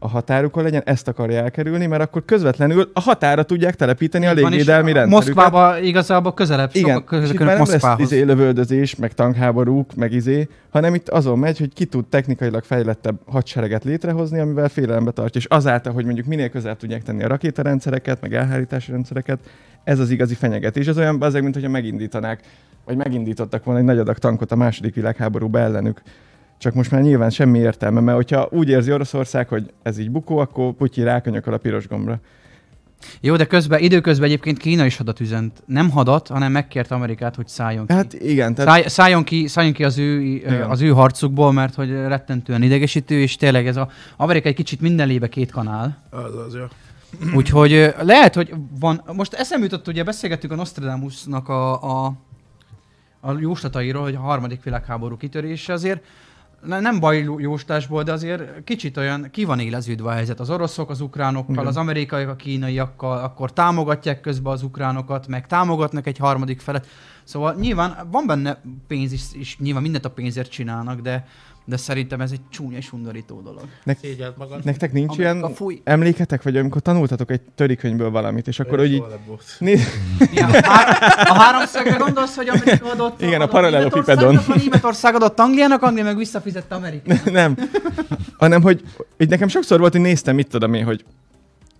B: a határukon legyen, ezt akarja elkerülni, mert akkor közvetlenül a határa tudják telepíteni a
D: Így van, és
B: légvédelmi rendszerüket.
D: Moszkvába igazából közelebb,
B: Igen,
D: sokkal
B: és itt
D: közelebb
B: már nem lesz
D: Moszkvához.
B: izé lövöldözés, meg tankháborúk, meg izé, hanem itt azon megy, hogy ki tud technikailag fejlettebb hadsereget létrehozni, amivel félelembe tartja, és azáltal, hogy mondjuk minél közel tudják tenni a rakétarendszereket, meg elhárítási rendszereket, ez az igazi fenyegetés. Ez olyan azért, mint hogyha megindítanák, vagy megindítottak volna egy nagy adag tankot a második világháborúba ellenük. Csak most már nyilván semmi értelme, mert hogyha úgy érzi Oroszország, hogy ez így bukó, akkor Putyi rákanyakol a piros gombra.
D: Jó, de közben, időközben egyébként Kína is hadat üzent. Nem hadat, hanem megkért Amerikát, hogy szálljon ki.
B: Hát igen, tehát
D: Száj, szálljon ki, szálljon ki az, ő, az ő harcukból, mert hogy rettentően idegesítő, és tényleg ez a Amerika egy kicsit minden lébe két kanál.
A: Az, az, jó.
D: Úgyhogy ö, lehet, hogy van... Most eszem jutott, ugye beszélgettünk a Nostradamusnak a, a a jóslatairól, hogy a harmadik világháború kitörése azért ne- nem baj lú- jóslásból, de azért kicsit olyan ki van éleződve a helyzet az oroszok, az ukránokkal, az amerikaiak, a kínaiakkal, akkor támogatják közben az ukránokat, meg támogatnak egy harmadik felet. Szóval nyilván van benne pénz is, és nyilván mindent a pénzért csinálnak, de, de szerintem ez egy csúnya és undorító dolog.
E: Szégyeld magad.
B: Nektek nincs
D: Amerika,
B: ilyen
D: fúj.
B: emléketek, vagy amikor tanultatok egy törikönyvből valamit, és akkor úgy így... Nézd,
D: Ja, a, há- a háromszögre gondolsz, hogy Amerika adott...
B: Igen, a
D: adott
B: parallelepipedon.
D: Németországnak, vagy Németország adott Angliának, Anglia meg visszafizette Amerikának.
B: nem. Hanem, hogy így nekem sokszor volt, hogy néztem, mit tudom én, hogy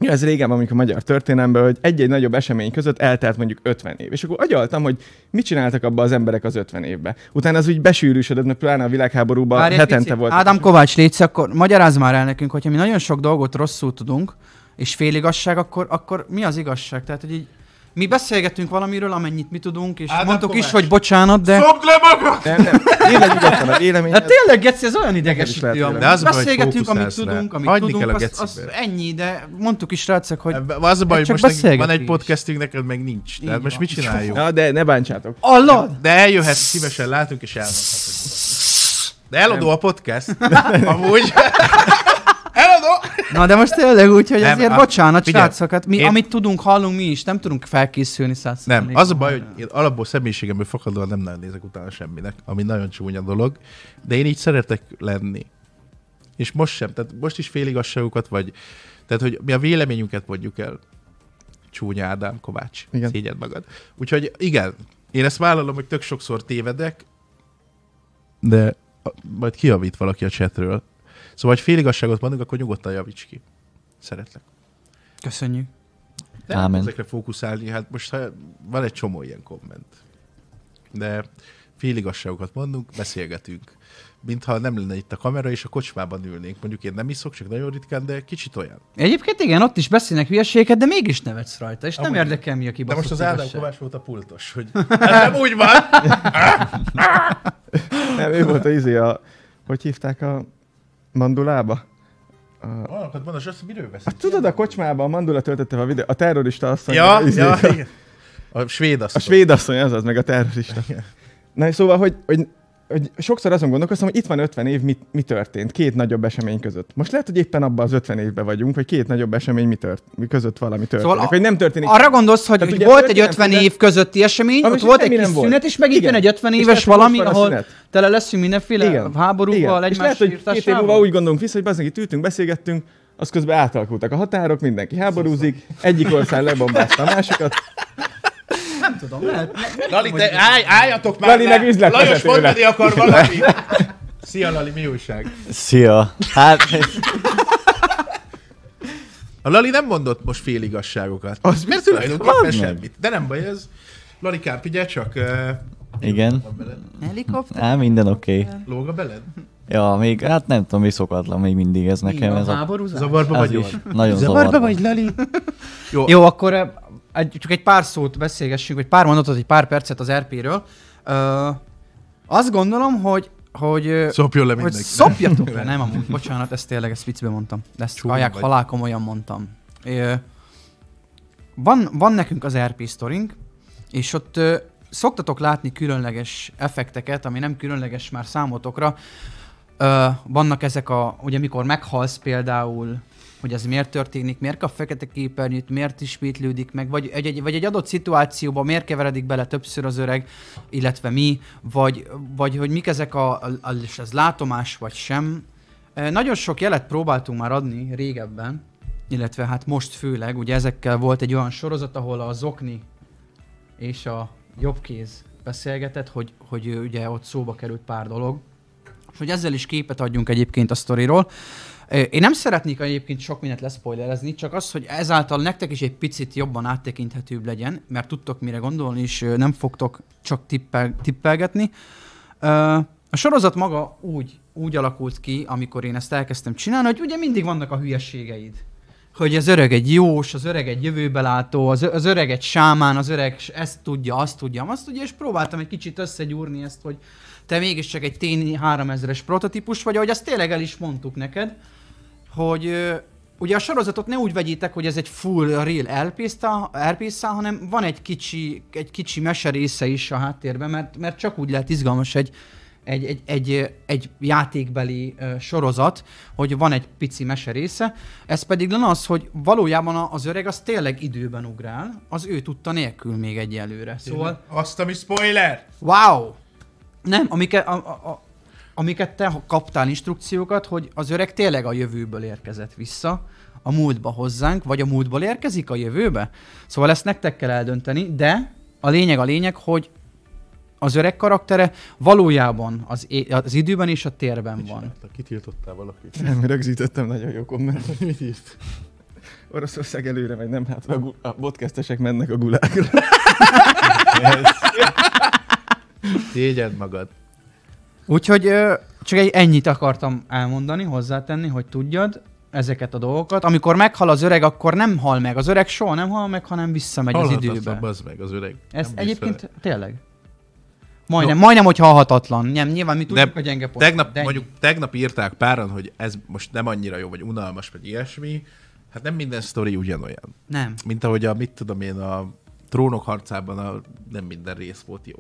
B: Ja, ez régen van, amikor a magyar történelemben, hogy egy-egy nagyobb esemény között eltelt mondjuk 50 év. És akkor agyaltam, hogy mit csináltak abban az emberek az 50 évben. Utána az úgy besűrűsödött, mert pláne a világháborúban
D: Várj egy
B: hetente
D: picit.
B: volt.
D: Ádám Kovács, légy akkor magyarázz már el nekünk, hogyha mi nagyon sok dolgot rosszul tudunk, és fél igazság, akkor, akkor mi az igazság? Tehát, hogy így mi beszélgetünk valamiről, amennyit mi tudunk, és
E: Ádám
D: Ádám mondtuk
E: Kovács.
D: is, hogy bocsánat, de...
E: Dobd le magad!
B: Nem, nem. Tényleg nyugodtan a vélemény.
D: Hát tényleg, Geci, ez olyan
B: lehet
D: idegesítő.
B: vélemény.
D: amúgy.
A: De az a baj, hogy
D: Beszélgetünk, amit
A: fókuszálsz rá.
D: tudunk, amit
A: Hagyni
D: tudunk,
A: kell a
D: az, az
A: gecibe.
D: ennyi, de mondtuk is rácek, hogy
A: Az a baj, hogy
D: Csak
A: most nekünk van egy
D: beszélgetünk is.
A: podcastünk, neked meg nincs. Tehát
D: Így
A: most
D: van.
A: mit csináljuk?
B: Na, de ne bántsátok.
D: Allad!
A: De eljöhet, szívesen látunk és elmondhatod. De eladó a podcast. Amúgy. eladó!
D: Na de most tényleg úgy, hogy
A: Nem,
D: azért
A: a-
D: bocsánat,
A: figyelj,
D: srácok, hát mi,
A: én-
D: amit tudunk, hallunk mi is, nem tudunk felkészülni
A: Nem,
D: százszerzalékban.
A: az a baj, hogy én alapból személyiségemből fakadóan nem nagyon nézek utána semminek, ami nagyon csúnya dolog, de én így szeretek lenni. És most sem, tehát most is féligasságokat vagy, tehát hogy mi a véleményünket mondjuk el. Csúnya Ádám Kovács,
B: Igen.
A: szégyed magad. Úgyhogy igen, én ezt vállalom, hogy tök sokszor tévedek, de a- majd kijavít valaki a chatről. Szóval, hogy féligasságot mondunk, akkor nyugodtan javíts ki. Szeretlek.
D: Köszönjük.
A: De nem
C: Ámen.
A: tudok ezekre fókuszálni, hát most ha van egy csomó ilyen komment. De féligasságokat mondunk, beszélgetünk. Mintha nem lenne itt a kamera, és a kocsmában ülnénk. Mondjuk én nem iszok, csak nagyon ritkán, de kicsit olyan.
D: Egyébként igen, ott is beszélnek hülyeséget, de mégis nevetsz rádta, és nem
A: Amúgy.
D: érdekel mi a
A: De
D: kibaszott
A: most az Ádám
D: igazság.
A: Kovács volt a pultos, hogy hát nem úgy van.
B: Nem, ő volt a izé a... Hogy hívták a mandulába? A...
A: Valakat mondasz, azt miről beszélsz?
B: Hát tudod, a kocsmába a mandula töltötte fel a videó, a terrorista asszony.
A: Ja,
B: az izé,
A: ja,
B: a,
A: igen. A svéd azt
B: a svéd asszony, az az, meg a terrorista. Na és szóval, hogy, hogy, hogy sokszor azon gondolkoztam, hogy itt van 50 év, mi, mi történt két nagyobb esemény között. Most lehet, hogy éppen abban az 50 évben vagyunk, hogy két nagyobb esemény mi tört, mi között valami történik,
D: a-
B: szóval vagy nem történik.
D: Arra gondolsz, hogy,
B: Tehát
D: hogy
B: ugye
D: volt egy
B: történelem
D: 50
B: szünet-
D: év közötti esemény,
B: Ami
D: ott
B: semmi
D: volt egy kis
B: nem volt.
D: szünet, és megint
B: Igen.
D: jön egy 50
B: És
D: éves
B: lehet, hogy most
D: valami,
B: van a
D: ahol
B: szünet.
D: tele leszünk mindenféle
B: Igen.
D: háborúval,
B: És lehet,
D: egymás
B: hogy két év múlva
D: írtásával.
B: úgy gondolunk vissza, hogy bazdmeg, itt ültünk, beszélgettünk, az közben átalakultak a határok, mindenki háborúzik, egyik ország lebombázta a másikat.
D: Nem tudom, lehet.
A: Lali, te állj, álljatok már
B: Lali
A: le!
B: meg üzletvezető
A: Lajos mondani
B: lett.
A: akar valami. Szia Lali, mi újság?
C: Szia! Hát,
A: A Lali nem mondott most féligasságokat. Az mert tulajdonképpen semmit. De nem baj ez. Lalikám, figyelj csak, eh, ö,
C: igen.
A: van veled?
D: Helikopter?
C: Á, minden oké. Okay.
A: lóg a beled?
C: Ja, még, hát nem tudom, mi szokatlan még mindig ez nekem.
D: Nekem
C: Ez a,
D: háborúzás?
A: Zavarba
C: ez
A: vagy
C: is
A: is.
C: nagyon zavarba.
A: Lali? Jó,
D: Jó, akkor eh, egy, csak egy pár szót beszélgessünk, vagy pár mondatot, egy pár percet az RP-ről. Ö, azt gondolom, hogy hogy, ö,
A: szopjon le
D: hogy
A: mindenki.
D: szopjatok le, nem amúgy, bocsánat, ezt tényleg, ezt viccbe mondtam. De ezt
A: Csúnya
D: hallják,
A: vagy.
D: halál komolyan mondtam. Ö, van, van nekünk az RP sztorink, és ott ö, szoktatok látni különleges effekteket, ami nem különleges már számotokra. Ö, vannak ezek a, ugye mikor meghalsz például, hogy ez miért történik, miért kap fekete képernyőt, miért ismétlődik meg, vagy egy, egy, vagy egy adott szituációba miért keveredik bele többször az öreg, illetve mi, vagy, vagy hogy mik ezek a, a, a és ez látomás vagy sem. Ö, Nagyon sok jelet próbáltunk már adni régebben, illetve hát most főleg, ugye ezekkel volt egy olyan sorozat, ahol a zokni és a jobb kéz beszélgetett, hogy, hogy ö, ugye ott szóba került pár dolog. És hogy ezzel is képet adjunk egyébként a sztoriról. Ö, Én nem szeretnék egyébként sok mindent leszpoilerezni, csak az, hogy ezáltal nektek is egy picit jobban áttekinthetőbb legyen, mert tudtok mire gondolni, és ö, nem fogtok csak tippel, tippelgetni. Ö, A sorozat maga úgy, úgy alakult ki, amikor én ezt elkezdtem csinálni, hogy ugye mindig vannak a hülyeségeid. Hogy az öreg egy jós, az öreg egy jövőbelátó, az, ö- az öreg egy sámán, az öreg s- ezt tudja, azt tudja, azt tudja, és próbáltam egy kicsit összegyúrni ezt, hogy te mégiscsak egy tény 3000-es prototípus vagy, ahogy azt tényleg el is mondtuk neked, hogy ö, Ugye a sorozatot ne úgy vegyétek, hogy ez egy full real elpiszta, elpiszta, hanem van egy kicsi, egy kicsi mese része is a háttérben, mert, mert csak úgy lehet izgalmas egy, egy, egy, egy, egy játékbeli ö, sorozat, hogy van egy pici mese része, ez pedig lenne az, hogy valójában a- az öreg az tényleg időben ugrál, az ő tudta nélkül még egyelőre. Szóval,
A: Azt, ami spoiler!
D: wow! Nem, amiket, a, a, a, amiket te kaptál instrukciókat, hogy az öreg tényleg a jövőből érkezett vissza, a múltba hozzánk, vagy a múltból érkezik a jövőbe. Szóval ezt nektek kell eldönteni, de a lényeg a lényeg, hogy az öreg karaktere valójában az, é- az időben és a térben van.
G: Csinálta, Kitiltottál valakit.
B: Nem, rögzítettem nagyon jó kommentet. Mit írt? Oroszország előre megy, nem hát a, gu- a podcastesek mennek a gulágra.
A: Tégyed magad.
D: Úgyhogy ö, csak egy ennyit akartam elmondani, hozzátenni, hogy tudjad ezeket a dolgokat. Amikor meghal az öreg, akkor nem hal meg. Az öreg soha nem hal meg, hanem visszamegy az időbe.
A: Az meg, az öreg.
D: Ez
A: Nem bíz
D: egyébként
A: vele.
D: tényleg. Majdnem, majdnem, hogy halhatatlan. Nem, nyilván mi tudjuk
A: De
D: a gyenge pont.
A: Tegnap,
D: de ennyi.
A: mondjuk tegnap írták páran, hogy ez most nem annyira jó, vagy unalmas, vagy ilyesmi. Hát nem minden sztori ugyanolyan.
D: Nem.
A: Mint ahogy a, mit tudom én, a trónok harcában a, nem minden rész volt jó.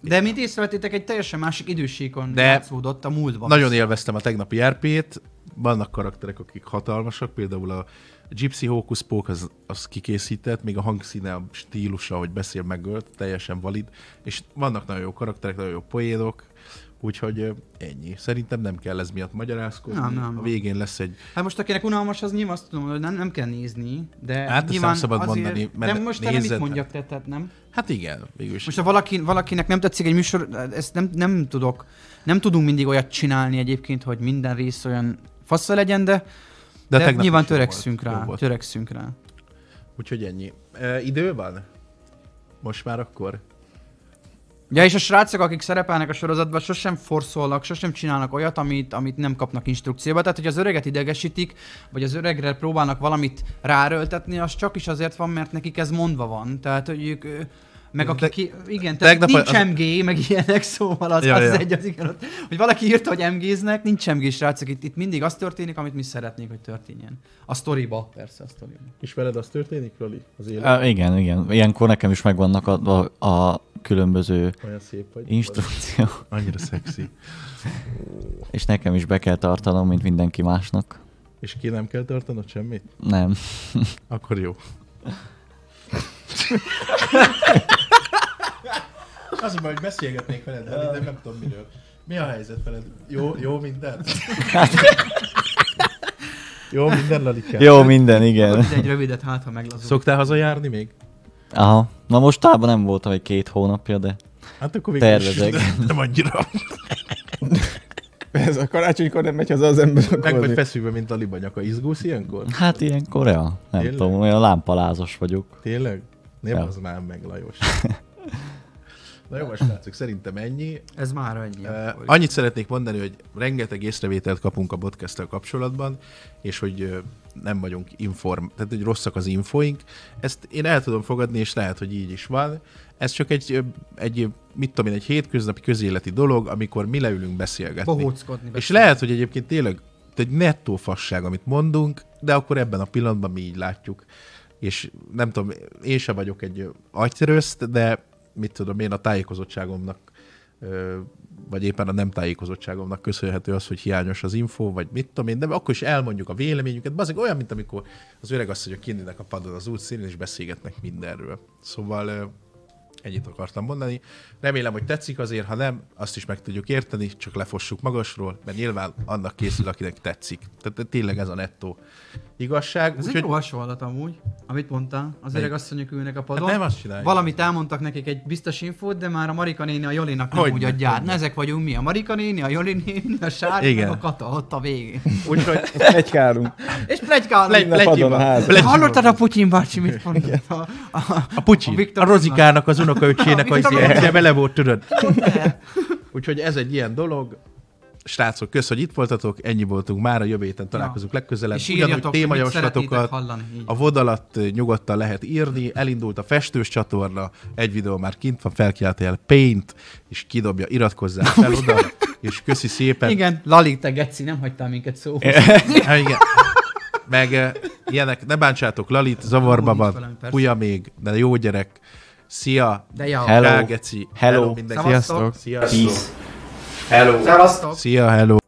D: De mint észrevettétek, egy teljesen másik idősíkon de
A: De-
D: játszódott a múltban.
A: Nagyon élveztem a tegnapi RP-t, vannak karakterek, akik hatalmasak, például a Gypsy Hocus Pocus az, az kikészített, még a hangszíne, a stílusa, hogy beszél megölt, teljesen valid, és vannak nagyon jó karakterek, nagyon jó poénok, úgyhogy ö, ennyi. Szerintem nem kell ez miatt magyarázkodni.
D: Nem, nem, nem.
A: A végén lesz egy...
D: Hát most akinek unalmas, az nyilván azt tudom, hogy nem, nem kell nézni, de
A: Hát ezt
D: nyilván
A: nem szabad
D: azért,
A: mondani,
D: De
A: mert
D: most erre mit
A: nézed,
D: mondjak te, tehát nem?
A: Hát igen, végülis.
D: Most ha valaki, valakinek nem tetszik egy műsor, ezt nem, nem tudok, nem tudunk mindig olyat csinálni egyébként, hogy minden rész olyan fassa legyen, de, de, de
A: tegnap
D: nyilván
A: is jó
D: törekszünk
A: volt, jó
D: rá,
A: volt.
D: törekszünk rá.
A: Úgyhogy ennyi. E, idő van? Most már akkor?
D: Ja, és a srácok, akik szerepelnek a sorozatban, sosem forszolnak, sosem csinálnak olyat, amit, amit nem kapnak instrukcióba. Tehát, hogy az öreget idegesítik, vagy az öregre próbálnak valamit ráröltetni, az csak is azért van, mert nekik ez mondva van. Tehát, hogy ők, ö, meg aki,
A: Te-
D: ki, igen, tehát
A: tegnap
D: nincs
A: az-
D: MG, meg ilyenek, szóval az,
A: Ja,
D: az
A: ja.
D: egy az igen, ott- hogy valaki írta, hogy MG-znek, nincs MG srácok, itt, itt mindig az történik, amit mi szeretnénk, hogy történjen. A sztoriba, persze, a sztoriba.
G: És veled az történik, Loli? Az élet
C: Á, igen, igen. Ilyenkor nekem is megvannak a, a, a különböző
G: olyan szép vagy.
C: instrukció,
A: Annyira szexi.
C: és nekem is be kell tartanom, mint mindenki másnak.
G: És ki nem kell tartanod semmit?
C: Nem.
A: Akkor jó. Az a baj, hogy beszélgetnék veled, de de nem tudom miről. Mi a helyzet veled? Jó, jó minden?
G: Jó, minden Lalikám.
C: Hát. Jó, minden, igen.
D: Egy rövidet, hát, ha meglazul.
G: Szoktál hazajárni még?
C: Aha. Na mostában nem voltam egy két hónapja, de
G: Hát akkor végül is.
C: tervezek.
A: Nem annyira.
B: Ez a karácsonykor nem megy haza az ember.
A: Meg
B: akkor
A: vagy
B: mi?
A: feszülve, mint a libanyaka. Izgulsz ilyenkor?
C: Hát ilyen korea. Nem
G: Tényleg?
C: tudom, olyan lámpalázos vagyok.
A: Tényleg? Nem
C: Ja.
A: az már meg, Lajos. Na jó, most látszik, szerintem ennyi.
D: Ez már annyi.
A: Ö,
D: akkor.
A: Annyit szeretnék mondani, hogy rengeteg észrevételt kapunk a podcasttel kapcsolatban, és hogy ö, nem vagyunk inform, tehát hogy rosszak az infoink. Ezt én el tudom fogadni, és lehet, hogy így is van. Ez csak egy, ö, egy mit tudom én, egy hétköznapi közéleti dolog, amikor mi leülünk beszélgetni.
D: Bohóckodni.
A: És lehet, hogy egyébként tényleg egy nettó fasság, amit mondunk, de akkor ebben a pillanatban mi így látjuk. És nem tudom, én se vagyok egy agyrőszt, de mit tudom én, a tájékozottságomnak, ö, vagy éppen a nem tájékozottságomnak köszönhető az, hogy hiányos az info, vagy mit tudom én, de akkor is elmondjuk a véleményünket. Bazeg olyan, mint amikor az öreg azt, hogy kinnének a padon az útszínén, és beszélgetnek mindenről. Szóval ö, Ennyit akartam mondani. Remélem, hogy tetszik azért, ha nem, azt is meg tudjuk érteni, csak lefossuk magasról, mert nyilván annak készül, akinek tetszik. Tehát tényleg ez a nettó igazság.
D: Ez egy jó hasonlat amúgy, amit mondtál. Az öreg asszonyok ülnek a padon.
A: hát nem azt csináljuk.
D: Valamit elmondtak nekik egy biztos infót, de már a Marika néni a Jolinak nem
A: Hogyne,
D: úgy adja át. Na, ezek vagyunk mi, a Marika néni, a Joli néni, a Sárk, meg
A: Igen.
D: a Kata ott a végén.
A: Úgyhogy
B: Egy kárunk.
D: És plegykálunk.
B: Le- padon a ház.
A: Legy-
D: Hallottad a Putyin bácsi, mit mondott? A, a,
A: a Putyi,
D: A
A: a,
D: Viktor
A: a Rozikának, az unokaöcsének
D: A
A: az
D: Viktor-
A: ilyen, vele volt, tudod. Úgyhogy ez egy ilyen dolog. Srácok, kösz, hogy itt voltatok, ennyi voltunk már, a jövő héten találkozunk legközelebb.
D: és
A: Ugyanúgy
D: írjatok, hogy mit szeretnétek
A: témajavaslatokat,
D: hallani. Így.
A: A vod alatt ö, nyugodtan lehet írni, elindult a festős csatorna, egy videó már kint van, felkiáltál Paint, és kidobja, iratkozzál fel oda, és köszi szépen.
D: Igen, Lali, te geci, nem hagytál minket szó.
A: Há, igen. meg eh, ilyenek, ne bántsátok Lalit, zavarba
D: Úgy
A: van,
D: velem, persze.
A: kuja még, de jó gyerek, szia,
D: De jó.
C: Hello.
A: Hello. Hello.
C: Hello.
A: mindenki.
D: Szevasztok.
A: Sziasztok.
C: Peace.
A: Hello.
D: Szevasztok.
A: Szia, hello.